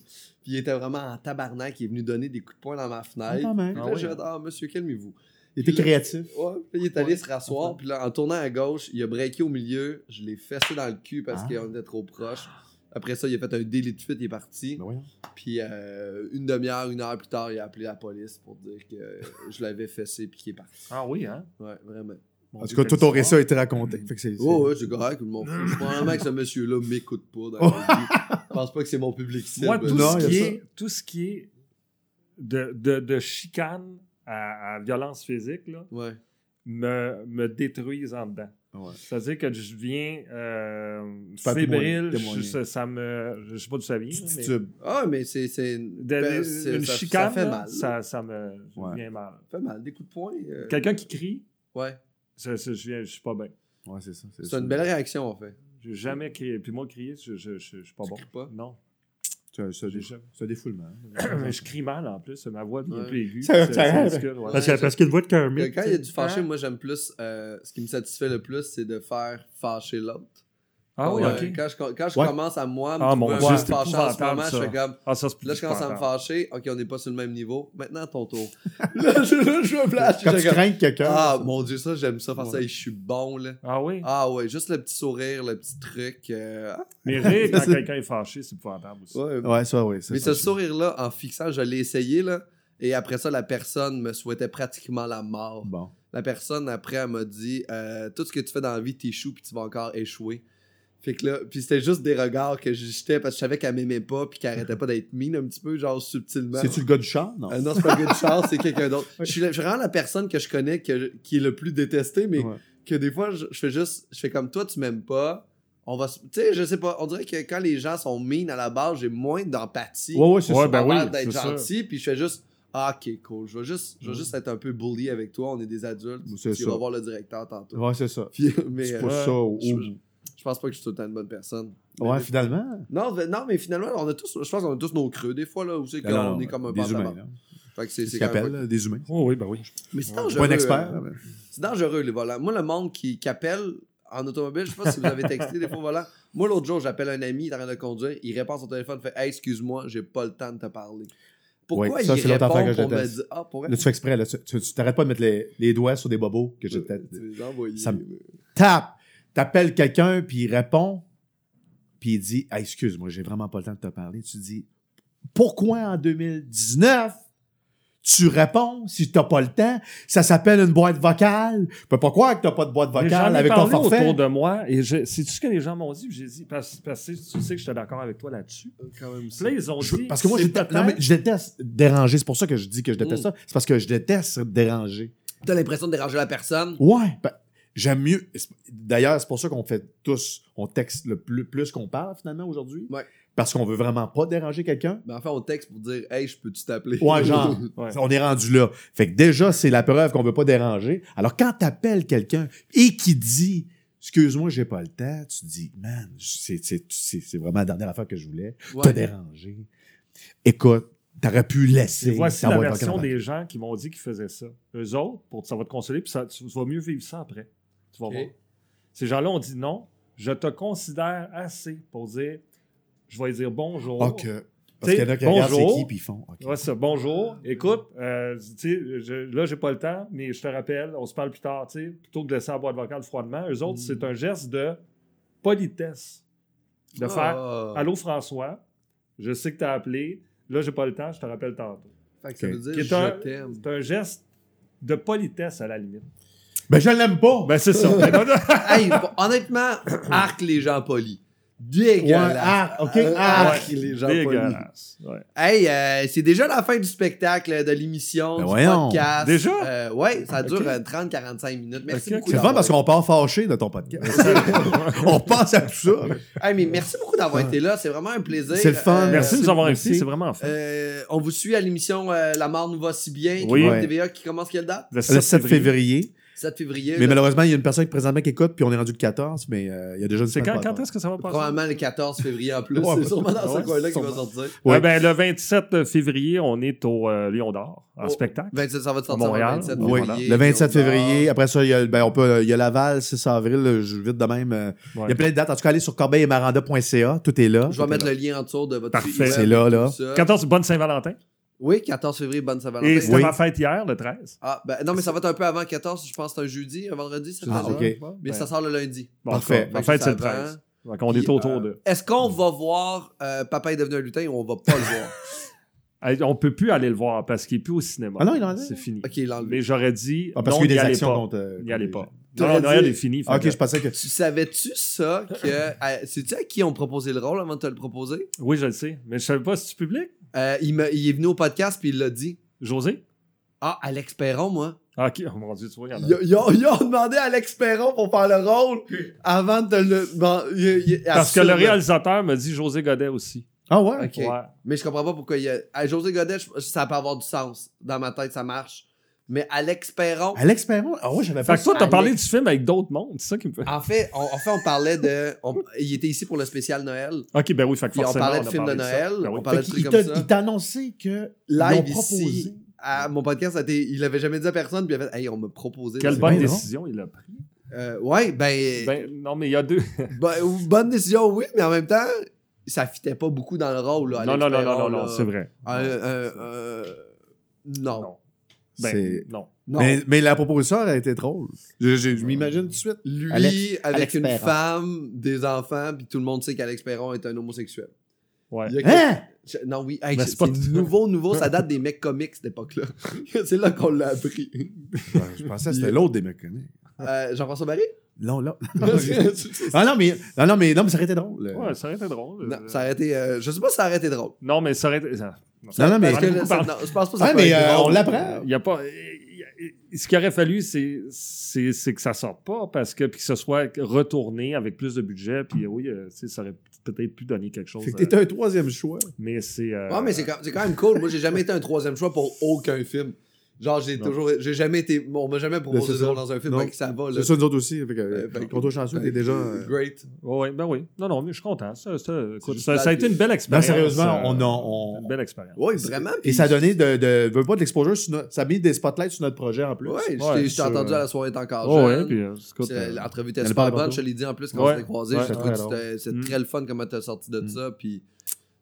Speaker 2: Puis il était vraiment en tabarnak, il est venu donner des coups de poing dans ma
Speaker 1: Ah,
Speaker 2: fenêtre.
Speaker 1: quand même.
Speaker 2: Puis
Speaker 3: Ah
Speaker 2: là,
Speaker 3: oui,
Speaker 2: j'ai
Speaker 3: hein.
Speaker 2: dit, ah, monsieur, calmez-vous.
Speaker 1: Il était
Speaker 2: Puis là-
Speaker 1: créatif.
Speaker 2: Ouais, puis là, il est allé se rasseoir, puis là, en tournant à gauche, il a breaké au milieu, je l'ai fessé dans le cul parce
Speaker 1: Ah.
Speaker 2: qu'on était trop proche. Après ça, il a fait un délit de fuite, il est parti.
Speaker 1: Ben voyons.
Speaker 2: Puis euh, une demi-heure, une heure plus tard, il a appelé la police pour dire que je l'avais fessé puis qu'il est parti.
Speaker 3: Ah oui, hein?
Speaker 2: Ouais, vraiment.
Speaker 3: Mon
Speaker 1: En tout
Speaker 3: Dieu,
Speaker 1: cas,
Speaker 3: quelle
Speaker 1: tout ton
Speaker 3: histoire.
Speaker 1: récit a été raconté. Fait que c'est- c'est-
Speaker 2: Oh, ouais, c'est correct, mon fou. Je pense vraiment que ce monsieur-là m'écoute pas dans la vie. Je pense pas que c'est mon public cible.
Speaker 3: Moi, tout,
Speaker 1: Non,
Speaker 3: ce
Speaker 1: il
Speaker 3: qui
Speaker 1: y a ça.
Speaker 3: est, tout ce qui est de, de, de chicane à, à violence physique là,
Speaker 2: Ouais.
Speaker 3: me, me détruisent en dedans.
Speaker 1: Ouais.
Speaker 3: C'est-à-dire que je viens euh,
Speaker 1: Pas témoigner,
Speaker 3: fébrile,
Speaker 1: témoigner.
Speaker 3: je, ça, ça me. Je sais pas d'où ça vient.
Speaker 1: Petit
Speaker 3: là, mais-
Speaker 1: tube.
Speaker 2: Ah, mais c'est. c'est une-
Speaker 3: de-
Speaker 2: ben,
Speaker 3: de-
Speaker 2: c'est-
Speaker 3: une
Speaker 2: ça-
Speaker 3: chicane,
Speaker 2: Ça fait mal. Ça
Speaker 3: Ça, ça me
Speaker 1: Ouais.
Speaker 3: vient mal.
Speaker 2: fait mal. Des coups de poing. euh,
Speaker 3: Quelqu'un qui crie,
Speaker 2: Ouais.
Speaker 3: ça- ça- je, viens- je suis pas bien.
Speaker 1: Ouais, c'est ça.
Speaker 2: C'est
Speaker 1: ça.
Speaker 2: une belle réaction, en fait.
Speaker 3: J'ai jamais crié. Puis moi, crier, je, je, je- je suis pas
Speaker 2: Tu
Speaker 3: bon.
Speaker 2: cries pas?
Speaker 3: Non.
Speaker 1: C'est- c'est un
Speaker 3: J'ai
Speaker 1: dé-
Speaker 3: jamais-
Speaker 1: C'est un défoulement.
Speaker 3: je crie mal en plus. Ma voix devient
Speaker 2: Ouais.
Speaker 3: plus aiguë.
Speaker 1: Ça-
Speaker 3: C'est
Speaker 1: ça-
Speaker 3: c'est ridicule. ouais.
Speaker 2: Ouais.
Speaker 4: Parce que- parce qu'il y a une voix de Kermit.
Speaker 2: Quand il y a du fâché,
Speaker 1: Ah,
Speaker 2: moi, j'aime plus. euh, ce qui me satisfait le plus, c'est de faire fâcher l'autre.
Speaker 3: Ah oui,
Speaker 2: Ouais,
Speaker 3: ok.
Speaker 2: Quand je, quand je
Speaker 1: Ouais.
Speaker 2: commence à moi, me
Speaker 3: Ah, mon
Speaker 2: trouver
Speaker 3: Dieu,
Speaker 2: un peu
Speaker 3: c'est
Speaker 2: fâché en ce
Speaker 3: épouvantable,
Speaker 2: moment, je
Speaker 3: ça.
Speaker 2: fais comme.
Speaker 3: Ah, ça, c'est plus
Speaker 2: Là, je commence à me
Speaker 3: épouvantable.
Speaker 2: fâcher. Ok, on n'est pas sur le même niveau. Maintenant, ton tour. là, je, là, je me flash.
Speaker 1: Quand
Speaker 2: Je
Speaker 1: tu
Speaker 2: regarde.
Speaker 1: crains quelqu'un.
Speaker 2: Ah,
Speaker 1: c'est-
Speaker 2: mon Dieu, ça, j'aime ça. Faire ça,
Speaker 1: Ouais.
Speaker 2: Hey, je suis bon, là.
Speaker 3: Ah oui.
Speaker 2: Ah ouais, juste le petit sourire, le petit truc. euh, ah,
Speaker 3: Mais rire quand
Speaker 1: C'est-
Speaker 3: quelqu'un est fâché, c'est épouvantable aussi.
Speaker 2: ouais.
Speaker 1: Ah, Ouais, ça, oui.
Speaker 2: Mais ce sourire-là, en fixant, je l'ai essayé, là. Et après ça, la personne me souhaitait pratiquement la mort.
Speaker 1: Bon.
Speaker 2: La personne, après, elle m'a dit euh, Tout ce que tu fais dans la vie, t'échoues, puis tu vas encore échouer. » Fait que là, puis c'était juste des regards que je jetais parce que je savais qu'elle m'aimait pas puis qu'elle arrêtait pas d'être mine un petit peu, genre subtilement.
Speaker 1: C'est-tu le gars du char? Non.
Speaker 2: Euh, Ben non, c'est pas Good Charles, c'est quelqu'un d'autre. Je suis la- je suis vraiment la personne que je connais que- qui est le plus détesté, mais
Speaker 1: Ouais.
Speaker 2: que des fois, je, je fais juste, je fais comme toi, tu m'aimes pas. On va, se- tu sais, je sais pas, on dirait que quand les gens sont mean à la base, j'ai moins d'empathie.
Speaker 1: Ouais, ouais, c'est
Speaker 3: Ouais,
Speaker 1: ça.
Speaker 3: ben
Speaker 2: envers
Speaker 3: oui,
Speaker 2: d'être
Speaker 3: c'est
Speaker 2: gentil, puis je fais juste, ah, ok, cool, je vais juste, je vais juste être un peu bully avec toi, on est des adultes,
Speaker 1: C'est
Speaker 2: tu
Speaker 1: ça.
Speaker 2: vas voir le directeur tantôt.
Speaker 1: Ouais, c'est ça.
Speaker 2: Puis, mais
Speaker 1: C'est
Speaker 2: euh,
Speaker 1: pas ça. au-
Speaker 2: je-
Speaker 1: au-
Speaker 2: je pense pas que je suis tout le temps une bonne personne. Mais
Speaker 1: Ouais,
Speaker 2: des-
Speaker 1: finalement.
Speaker 2: non, mais- non, mais finalement, on a tous, je pense qu'on a tous nos creux des fois, là, où c'est qu'on
Speaker 1: Ben Non, non,
Speaker 2: est comme un
Speaker 1: Des
Speaker 2: bande à
Speaker 1: humains,
Speaker 2: bande.
Speaker 1: là.
Speaker 2: Fait que
Speaker 1: C'est
Speaker 2: c'est
Speaker 1: ce
Speaker 2: c'est
Speaker 1: qu'ils
Speaker 2: quand même
Speaker 1: appellent, là, des humains.
Speaker 3: Oh oui, ben oui.
Speaker 2: Mais c'est
Speaker 3: Ouais.
Speaker 1: Je
Speaker 2: dangereux.
Speaker 1: suis pas un
Speaker 2: euh,
Speaker 1: expert. là, mais-
Speaker 2: C'est dangereux, les volants. Moi, le monde qui, qui appelle en automobile, je sais pas si vous avez texté des faux volants. Moi, l'autre jour, j'appelle un ami, il est en train de conduire, il répond à son téléphone, fait Hey, excuse-moi, j'ai pas le temps de te parler. Pourquoi
Speaker 1: Ouais, ça,
Speaker 2: il
Speaker 1: c'est l'autre
Speaker 2: répond
Speaker 1: affaire que je
Speaker 2: pour me
Speaker 1: déteste.
Speaker 2: dire Ah, pour
Speaker 1: Là, tu fais exprès. Là, tu tu- tu t'arrêtes pas de mettre les, les doigts sur des bobos que
Speaker 2: Euh,
Speaker 1: j'ai peut-être. Ça me- Tape! T'appelles quelqu'un, puis il répond, puis il dit Ah, Excuse-moi, j'ai vraiment pas le temps de te parler. Tu dis Pourquoi en 2019 tu réponds si t'as pas le temps Ça s'appelle une boîte vocale. Je peux pas croire que t'as pas de boîte
Speaker 3: Mais J'en
Speaker 1: vocale
Speaker 3: ai
Speaker 1: avec ton
Speaker 3: parlé
Speaker 1: forfait.
Speaker 3: autour de moi et je- c'est tout ce que les gens m'ont dit. puis J'ai dit parce, parce que tu sais que j'étais d'accord avec toi là-dessus.
Speaker 2: Quand même,
Speaker 3: Puis là, ils ont
Speaker 1: Je-
Speaker 3: dit.
Speaker 1: parce que moi, je,
Speaker 3: c'est
Speaker 1: dé-
Speaker 3: peut-être-
Speaker 1: non, mais je déteste déranger. C'est pour ça que je dis que je déteste
Speaker 2: Mm.
Speaker 1: ça. C'est parce que je déteste déranger.
Speaker 2: T'as l'impression de déranger la personne.
Speaker 1: Ouais. ben, J'aime mieux. c'est- D'ailleurs, c'est pour ça qu'on fait tous, on texte le plus, plus qu'on parle finalement aujourd'hui.
Speaker 2: Ouais.
Speaker 1: Parce qu'on veut vraiment pas déranger quelqu'un.
Speaker 2: Mais Ben, enfin, on texte pour dire Hey, je peux-tu t'appeler
Speaker 1: Ouais, genre.
Speaker 3: Ouais.
Speaker 1: On est rendu là. Fait que déjà, c'est la preuve qu'on veut pas déranger. Alors, quand t'appelles quelqu'un et qui dit excuse-moi, j'ai pas le temps, tu dis, man, c'est c'est- c'est- c'est vraiment la dernière affaire que je voulais.
Speaker 2: Ouais.
Speaker 1: T'as dérangé. Écoute, t'aurais pu laisser.
Speaker 3: Et voici
Speaker 1: ça
Speaker 3: la
Speaker 1: va être
Speaker 3: version
Speaker 1: encore-
Speaker 3: des gens qui m'ont dit qu'ils faisaient ça. Eux autres, pour, ça va te consoler, puis ça, tu, tu vas mieux vivre ça après. Tu vas
Speaker 2: Ok.
Speaker 3: voir. Ces gens-là ont dit non, je te considère assez pour dire, je vais dire bonjour.
Speaker 1: Ah, que- Parce
Speaker 3: T'sais,
Speaker 1: qu'il y en a qui regardent c'est
Speaker 3: bonjour.
Speaker 1: qui, puis ils font. ok.
Speaker 3: Ouais, c'est ça. bonjour, écoute, euh, tu sais, je- là, j'ai pas le temps, mais je te rappelle, on se parle plus tard, tu sais, plutôt que de laisser la boîte vocale froidement. Eux autres,
Speaker 2: Mm.
Speaker 3: c'est un geste de politesse. De faire
Speaker 2: Ah.
Speaker 3: Allô François, je sais que tu as appelé, là, j'ai pas le temps, je te rappelle tantôt.
Speaker 2: Fait que ça veut
Speaker 1: Ok.
Speaker 2: dire
Speaker 3: Qui est
Speaker 2: je
Speaker 3: un-
Speaker 2: t'aime.
Speaker 3: C'est un geste de politesse à la limite.
Speaker 1: Ben, je l'aime pas.
Speaker 3: Ben, c'est ça. Ben, non, non.
Speaker 1: Ah,
Speaker 2: hey, bon, honnêtement, arc les gens polis.
Speaker 1: ouais,
Speaker 2: Dégueulasse.
Speaker 1: ah, ok,
Speaker 2: Euh,
Speaker 1: ah.
Speaker 2: arc les gens polis.
Speaker 3: Dégueulasse. Ouais.
Speaker 2: Hey, euh, c'est déjà la fin du spectacle, de l'émission,
Speaker 1: Ben
Speaker 2: du
Speaker 1: voyons.
Speaker 2: podcast.
Speaker 3: Déjà?
Speaker 2: Euh, ouais, ça dure
Speaker 3: Ok.
Speaker 2: euh, 30-45 minutes. Merci
Speaker 3: Ok,
Speaker 2: beaucoup.
Speaker 1: C'est le fun
Speaker 2: d'avoir-
Speaker 1: parce qu'on part fâché de ton podcast. On pense à tout ça.
Speaker 2: Hey, mais merci beaucoup d'avoir été là. C'est vraiment un plaisir.
Speaker 1: C'est le fun.
Speaker 3: Merci de nous avoir
Speaker 1: Merci.
Speaker 3: invités, c'est vraiment fun.
Speaker 2: euh, on vous suit à l'émission euh, La mort nous va si bien. qui
Speaker 3: Oui.
Speaker 2: est
Speaker 1: Ouais.
Speaker 2: TVA qui commence quelle date?
Speaker 1: Le 7 février.
Speaker 2: 7 février.
Speaker 1: Mais
Speaker 2: là.
Speaker 1: malheureusement, il y a une personne qui présentement qui écoute, puis on est rendu le 14, mais euh, il y a déjà une
Speaker 3: C'est
Speaker 1: semaine
Speaker 3: quand,
Speaker 1: pas
Speaker 3: quand est-ce que ça va passer?
Speaker 2: Probablement le 14 février en plus.
Speaker 1: Ouais,
Speaker 2: c'est
Speaker 1: bah,
Speaker 2: sûrement dans
Speaker 3: ouais,
Speaker 2: ce coin-là qu'il va
Speaker 1: sûrement.
Speaker 2: sortir.
Speaker 1: Ouais.
Speaker 3: Ah ben, le 27 février, on est au euh, Lion d'Or, en
Speaker 2: Oh,
Speaker 3: spectacle.
Speaker 2: 27, ça va te
Speaker 3: À
Speaker 2: sortir
Speaker 3: Montréal.
Speaker 2: le 27
Speaker 1: Oui,
Speaker 2: février.
Speaker 1: le 27
Speaker 2: Léonard.
Speaker 1: février. Après ça, il y a, ben, on peut, il y a Laval, 6 avril, je vite de même. euh,
Speaker 3: Ouais.
Speaker 1: Il y a plein de dates. En tout cas, allez sur corbeillemaranda.ca, tout est là.
Speaker 2: Je vais mettre le lien en dessous de votre
Speaker 3: Parfait.
Speaker 2: site web,
Speaker 1: C'est là, là.
Speaker 2: tout ça.
Speaker 3: 14, bonne Saint-Valentin.
Speaker 2: Oui, 14 février, bonne Saint-Valentin.
Speaker 3: Et c'était
Speaker 1: Oui.
Speaker 3: ma fête hier, le 13.
Speaker 2: Ah, ben, non, mais ça va être un peu avant 14, je pense que c'est un jeudi, un vendredi, ça
Speaker 1: Ah,
Speaker 2: fait ça.
Speaker 1: ok.
Speaker 2: Mais
Speaker 3: Ben,
Speaker 2: ça sort le lundi.
Speaker 3: bon,
Speaker 1: parfait.
Speaker 3: en tout cas, Ma
Speaker 2: Fait
Speaker 3: fête,
Speaker 2: que
Speaker 3: c'est le
Speaker 2: ça
Speaker 3: 13. Donc, on
Speaker 2: Puis,
Speaker 3: est
Speaker 1: euh,
Speaker 3: autour de.
Speaker 2: Est-ce qu'on va voir euh, Papa est devenu un lutin ou on va pas le voir?
Speaker 3: Hey, On peut plus aller le voir parce qu'il est plus au cinéma.
Speaker 1: Ah non, il en est.
Speaker 3: C'est fini.
Speaker 2: Ok, il l'enlève.
Speaker 3: Mais j'aurais dit.
Speaker 1: Ah, parce
Speaker 3: non,
Speaker 1: qu'il y a
Speaker 3: n'y
Speaker 1: des
Speaker 3: allez
Speaker 1: actions
Speaker 3: pas.
Speaker 1: contre. euh,
Speaker 3: N'y allez pas.
Speaker 2: T'aurais
Speaker 3: Non, Noël
Speaker 2: dit-
Speaker 3: est fini. fait
Speaker 1: Ah, ok,
Speaker 3: que-
Speaker 1: je pensais que.
Speaker 2: Tu savais-tu ça que. euh, C'est-tu à qui on proposait le rôle avant de te le proposer?
Speaker 3: Oui, je le sais. Mais je savais pas si tu public.
Speaker 2: Euh, il, me- il est venu au podcast puis il l'a dit.
Speaker 3: José?
Speaker 2: Ah, Alex Perron, moi.
Speaker 3: Ah, ok. Oh mon Dieu, tu vois, il y en a.
Speaker 2: Ils ils ont, ils ont demandé à Alex Perron pour faire le rôle avant de le. bon, il- il-
Speaker 3: Parce que
Speaker 2: assume-
Speaker 3: le réalisateur m'a dit José Godet aussi.
Speaker 1: Ah ouais?
Speaker 2: Ok.
Speaker 3: Ouais.
Speaker 2: Mais je comprends pas pourquoi il y a. à José Godet, je- ça peut avoir du sens. Dans ma tête, ça marche. Mais Alex Perron.
Speaker 1: Alex Perron? Ah ouais, j'avais pas.
Speaker 3: Fait que toi, t'as
Speaker 2: Alex-
Speaker 3: parlé du film avec d'autres mondes, c'est ça qui me fait.
Speaker 2: En fait, on, en fait, on parlait de. on- il était ici pour le spécial Noël.
Speaker 3: Ok, ben oui, fait que
Speaker 2: Puis on
Speaker 3: forcément.
Speaker 2: parlait de
Speaker 3: a
Speaker 2: films de
Speaker 3: parlé ça.
Speaker 2: Noël.
Speaker 3: Ben oui.
Speaker 2: On parlait de
Speaker 1: Fait
Speaker 2: trucs
Speaker 1: qu'il
Speaker 2: comme
Speaker 1: t'a-
Speaker 2: ça.
Speaker 1: il t'a annoncé que. ils
Speaker 2: Live
Speaker 1: l'ont
Speaker 2: ici.
Speaker 1: proposé.
Speaker 2: À mon podcast, ça a été- il l'avait jamais dit à personne. Puis il a fait Hey, on m'a proposé.
Speaker 3: Quelle
Speaker 1: C'est
Speaker 3: bonne
Speaker 1: bien drôle.
Speaker 3: décision il a pris.
Speaker 2: Euh, ouais, ben.
Speaker 3: Ben, non, mais il y a deux.
Speaker 2: Bon- ou- bonne décision, oui, mais en même temps, ça fitait pas beaucoup dans le rôle. Là,
Speaker 3: non,
Speaker 2: Alex
Speaker 3: non, non,
Speaker 2: Perron,
Speaker 3: non, non, non,
Speaker 2: là.
Speaker 3: c'est vrai.
Speaker 2: Euh, euh, euh, non.
Speaker 3: Non.
Speaker 1: C'est-
Speaker 3: Ben, non.
Speaker 2: Non.
Speaker 1: Mais, mais la proposition, elle a été drôle. Je, je- je m'imagine tout de suite.
Speaker 2: Lui,
Speaker 1: Alex-
Speaker 2: avec
Speaker 1: Alex
Speaker 2: une
Speaker 1: Perron.
Speaker 2: femme, des enfants, puis tout le monde sait qu'Alex Perron est un homosexuel.
Speaker 3: Ouais.
Speaker 2: Il y a quelqu'un-
Speaker 1: Hein?
Speaker 2: Je- Non, oui. Hey,
Speaker 3: Mais
Speaker 2: c'est
Speaker 3: c'est pas-
Speaker 2: c'est nouveau, nouveau. Ça date des mecs comics, cette époque-là. c'est là qu'on l'a appris.
Speaker 1: Ben, je pensais que c'était l'autre des mecs connus.
Speaker 2: Euh, Jean-François Barry?
Speaker 1: Non, là. ah non, mais, non, non, mais, non, mais ça aurait été drôle.
Speaker 3: Ouais, ça aurait été drôle.
Speaker 2: Non, ça aurait été. euh, je sais pas si ça aurait été drôle.
Speaker 3: Non, mais ça aurait été. ça-
Speaker 1: non, non, Ah, mais.
Speaker 2: Parce que le-
Speaker 3: beaucoup
Speaker 2: ça-
Speaker 3: parlé.
Speaker 2: non, je pense pas que ça
Speaker 1: Ouais,
Speaker 2: peut
Speaker 1: mais
Speaker 2: être
Speaker 1: euh,
Speaker 2: drôle.
Speaker 1: on l'apprend.
Speaker 3: Il y a pas. euh, il y a- euh, Ce qu'il aurait fallu, c'est, c'est, c'est que ça sorte pas parce que puis que ce soit retourné avec plus de budget. Puis oui, euh, tu sais, ça aurait peut-être pu donner quelque chose.
Speaker 1: Fait que
Speaker 3: euh,
Speaker 1: t'étais un troisième choix.
Speaker 3: mais c'est. euh,
Speaker 2: Ouais, mais c'est quand, c'est quand même cool. Moi, j'ai jamais été un troisième choix pour aucun film. Genre, j'ai
Speaker 3: Non.
Speaker 2: toujours. J'ai jamais été. bon, on m'a jamais proposé
Speaker 1: Ben, c'est
Speaker 2: de rôle
Speaker 1: ça.
Speaker 2: dans un film.
Speaker 1: Non.
Speaker 2: fait que ça va, là.
Speaker 1: C'est ça, nous autres aussi. Fait que,
Speaker 2: Euh, fait que-
Speaker 1: contre chanceux, t'es
Speaker 2: Fait que,
Speaker 1: déjà.
Speaker 2: euh,
Speaker 1: euh,
Speaker 2: Great.
Speaker 3: ouais, ben oui. Non, non, mais je suis content. Ça, ça, écoute,
Speaker 2: juste
Speaker 3: ça-
Speaker 2: plate,
Speaker 3: ça a été
Speaker 2: mais-
Speaker 3: une belle
Speaker 1: Non,
Speaker 2: ben,
Speaker 3: expérience.
Speaker 1: sérieusement,
Speaker 3: euh,
Speaker 1: on a. on-
Speaker 3: Une belle expérience.
Speaker 2: Oui, vraiment.
Speaker 1: Et
Speaker 2: puis-
Speaker 1: ça a donné de, de, veut pas de l'exposure, sur notre- ça a mis des spotlights sur notre projet en plus.
Speaker 2: Ouais, je t'ai-
Speaker 3: Ouais,
Speaker 2: je t'ai
Speaker 3: sur-
Speaker 1: euh,
Speaker 2: entendu à la soirée T'es encore
Speaker 3: Oh, ouais,
Speaker 2: jeune.
Speaker 3: puis, euh, écoute,
Speaker 2: C'est-
Speaker 3: euh,
Speaker 2: L'entrevue était
Speaker 1: elle
Speaker 2: super
Speaker 1: parle pas
Speaker 2: bonne,
Speaker 1: trop.
Speaker 2: je l'ai dit en plus quand
Speaker 3: Ouais.
Speaker 2: on s'est croisés.
Speaker 3: Ouais,
Speaker 2: je
Speaker 1: c'est
Speaker 2: trouvais que
Speaker 1: très
Speaker 2: c'était- c'est
Speaker 3: Mm.
Speaker 2: très le fun comment t'as sorti de
Speaker 3: Mm.
Speaker 2: ça. Puis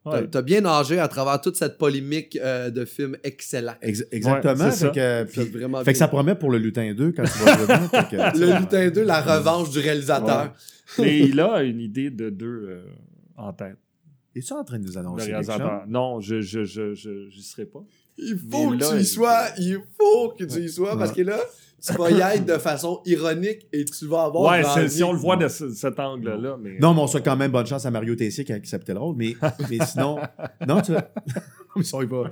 Speaker 3: ouais.
Speaker 2: t'as- t'as bien nagé à travers toute cette polémique euh, de films excellents.
Speaker 1: Ex- exactement.
Speaker 3: Ouais,
Speaker 1: fait,
Speaker 3: c'est
Speaker 1: que,
Speaker 2: T'as
Speaker 1: puis-
Speaker 2: vraiment
Speaker 1: fait que ça
Speaker 2: bien-
Speaker 1: promet pour le lutin 2 quand tu vas le voir, fait que-
Speaker 2: Ah, Le lutin 2, la revanche du réalisateur.
Speaker 3: Mais il a une idée de deux euh, en tête.
Speaker 1: Es-tu en train de nous
Speaker 3: Le
Speaker 1: annoncer quelque chose?
Speaker 3: réalisateur. Non, je je, je, je- j'y serai pas.
Speaker 2: Il faut
Speaker 3: Mais
Speaker 2: que
Speaker 3: là,
Speaker 2: tu y
Speaker 3: il-
Speaker 2: sois. Il faut que tu y sois. Parce que là, tu vas y être de façon ironique et tu vas avoir.
Speaker 3: ouais,
Speaker 2: envie.
Speaker 3: c'est- si on le voit de ce- cet angle-là. Mais...
Speaker 1: ben, Non, mais on souhaite quand même bonne chance à Mario Tessier qui a accepté le rôle, mais, mais sinon, non, tu vas- Mais ça, il va-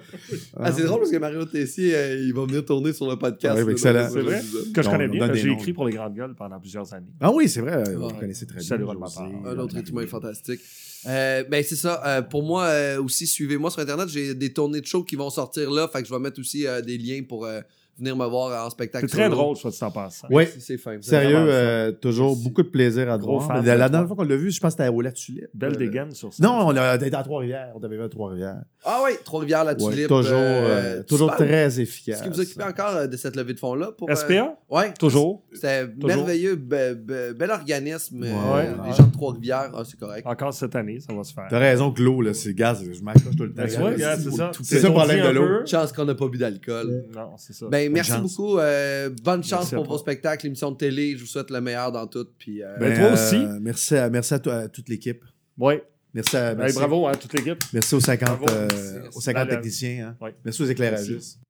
Speaker 2: Ah, c'est drôle parce que Mario Tessier, euh, il va venir tourner sur le podcast.
Speaker 1: Ouais, excellent.
Speaker 3: C'est vrai? que je
Speaker 1: Non,
Speaker 3: connais
Speaker 1: on
Speaker 3: bien,
Speaker 1: donne
Speaker 3: que
Speaker 1: des
Speaker 3: j'ai
Speaker 1: noms.
Speaker 3: écrit pour les grandes gueules pendant plusieurs années.
Speaker 1: Ah oui, c'est vrai, vous
Speaker 2: Ouais.
Speaker 1: connaissez très bien.
Speaker 3: Salut, Roland
Speaker 1: José,
Speaker 3: Mappard.
Speaker 2: Un autre
Speaker 1: Marie.
Speaker 2: être humain fantastique. Euh, ben c'est ça. Euh, pour moi euh, aussi, suivez-moi sur Internet. J'ai des tournées de show qui vont sortir là. Fait que je vais mettre aussi euh, des liens pour euh, venir me voir en spectacle.
Speaker 3: C'est très
Speaker 2: solo.
Speaker 3: drôle, soit dit en passant.
Speaker 1: Oui,
Speaker 2: C'est- C'est fin.
Speaker 1: sérieux,
Speaker 3: vraiment ça.
Speaker 1: euh, toujours
Speaker 3: C'est-
Speaker 1: beaucoup de plaisir à te
Speaker 3: Gros
Speaker 1: voir.
Speaker 3: fan,
Speaker 1: la, la
Speaker 3: c'est
Speaker 1: dernière fois
Speaker 3: toi.
Speaker 1: qu'on l'a vu, je pense que c'était au La Tulipe.
Speaker 3: Belle
Speaker 1: Euh,
Speaker 3: dégaine sur ça.
Speaker 1: Non, on a été à Trois-Rivières. On avait vu à Trois-Rivières.
Speaker 2: Ah oui, Trois-Rivières, la
Speaker 1: Ouais,
Speaker 2: tulipe.
Speaker 1: toujours
Speaker 2: euh,
Speaker 1: euh,
Speaker 2: tu
Speaker 1: toujours
Speaker 2: parles-
Speaker 1: très efficace.
Speaker 2: Est-ce que vous occupez encore euh, de cette levée de fonds-là pour. euh,
Speaker 3: SPA,
Speaker 2: Ouais.
Speaker 3: toujours.
Speaker 2: C'était merveilleux, be- be- bel organisme. euh,
Speaker 1: Ouais,
Speaker 2: les
Speaker 3: ouais.
Speaker 2: gens de Trois-Rivières, ah, c'est correct.
Speaker 3: Encore cette année, ça va se faire.
Speaker 1: T'as raison que l'eau, là, c'est gaz. Je m'accroche tout le temps.
Speaker 3: Ben, tu vois, regarde, c'est ça.
Speaker 1: C'est ça le problème de l'eau.
Speaker 3: Ah.
Speaker 2: Chance qu'on n'a pas bu d'alcool.
Speaker 3: Non, c'est ça.
Speaker 2: Ben, merci
Speaker 1: chance.
Speaker 2: beaucoup. euh, bonne chance
Speaker 3: Merci à
Speaker 2: pour
Speaker 3: toi.
Speaker 2: vos spectacles, émission de télé. Je vous souhaite le meilleur dans tout. Puis, euh,
Speaker 3: Ben, toi aussi.
Speaker 1: Merci à, merci à, toi- à toute l'équipe.
Speaker 3: Oui.
Speaker 1: Merci, à,
Speaker 3: Ben,
Speaker 1: merci,
Speaker 3: bravo à toute l'équipe.
Speaker 1: merci aux 50,
Speaker 3: Bravo.
Speaker 1: euh,
Speaker 3: Merci.
Speaker 1: aux 50
Speaker 3: Malade.
Speaker 1: techniciens. hein.
Speaker 3: Ouais.
Speaker 1: Merci aux éclairagistes.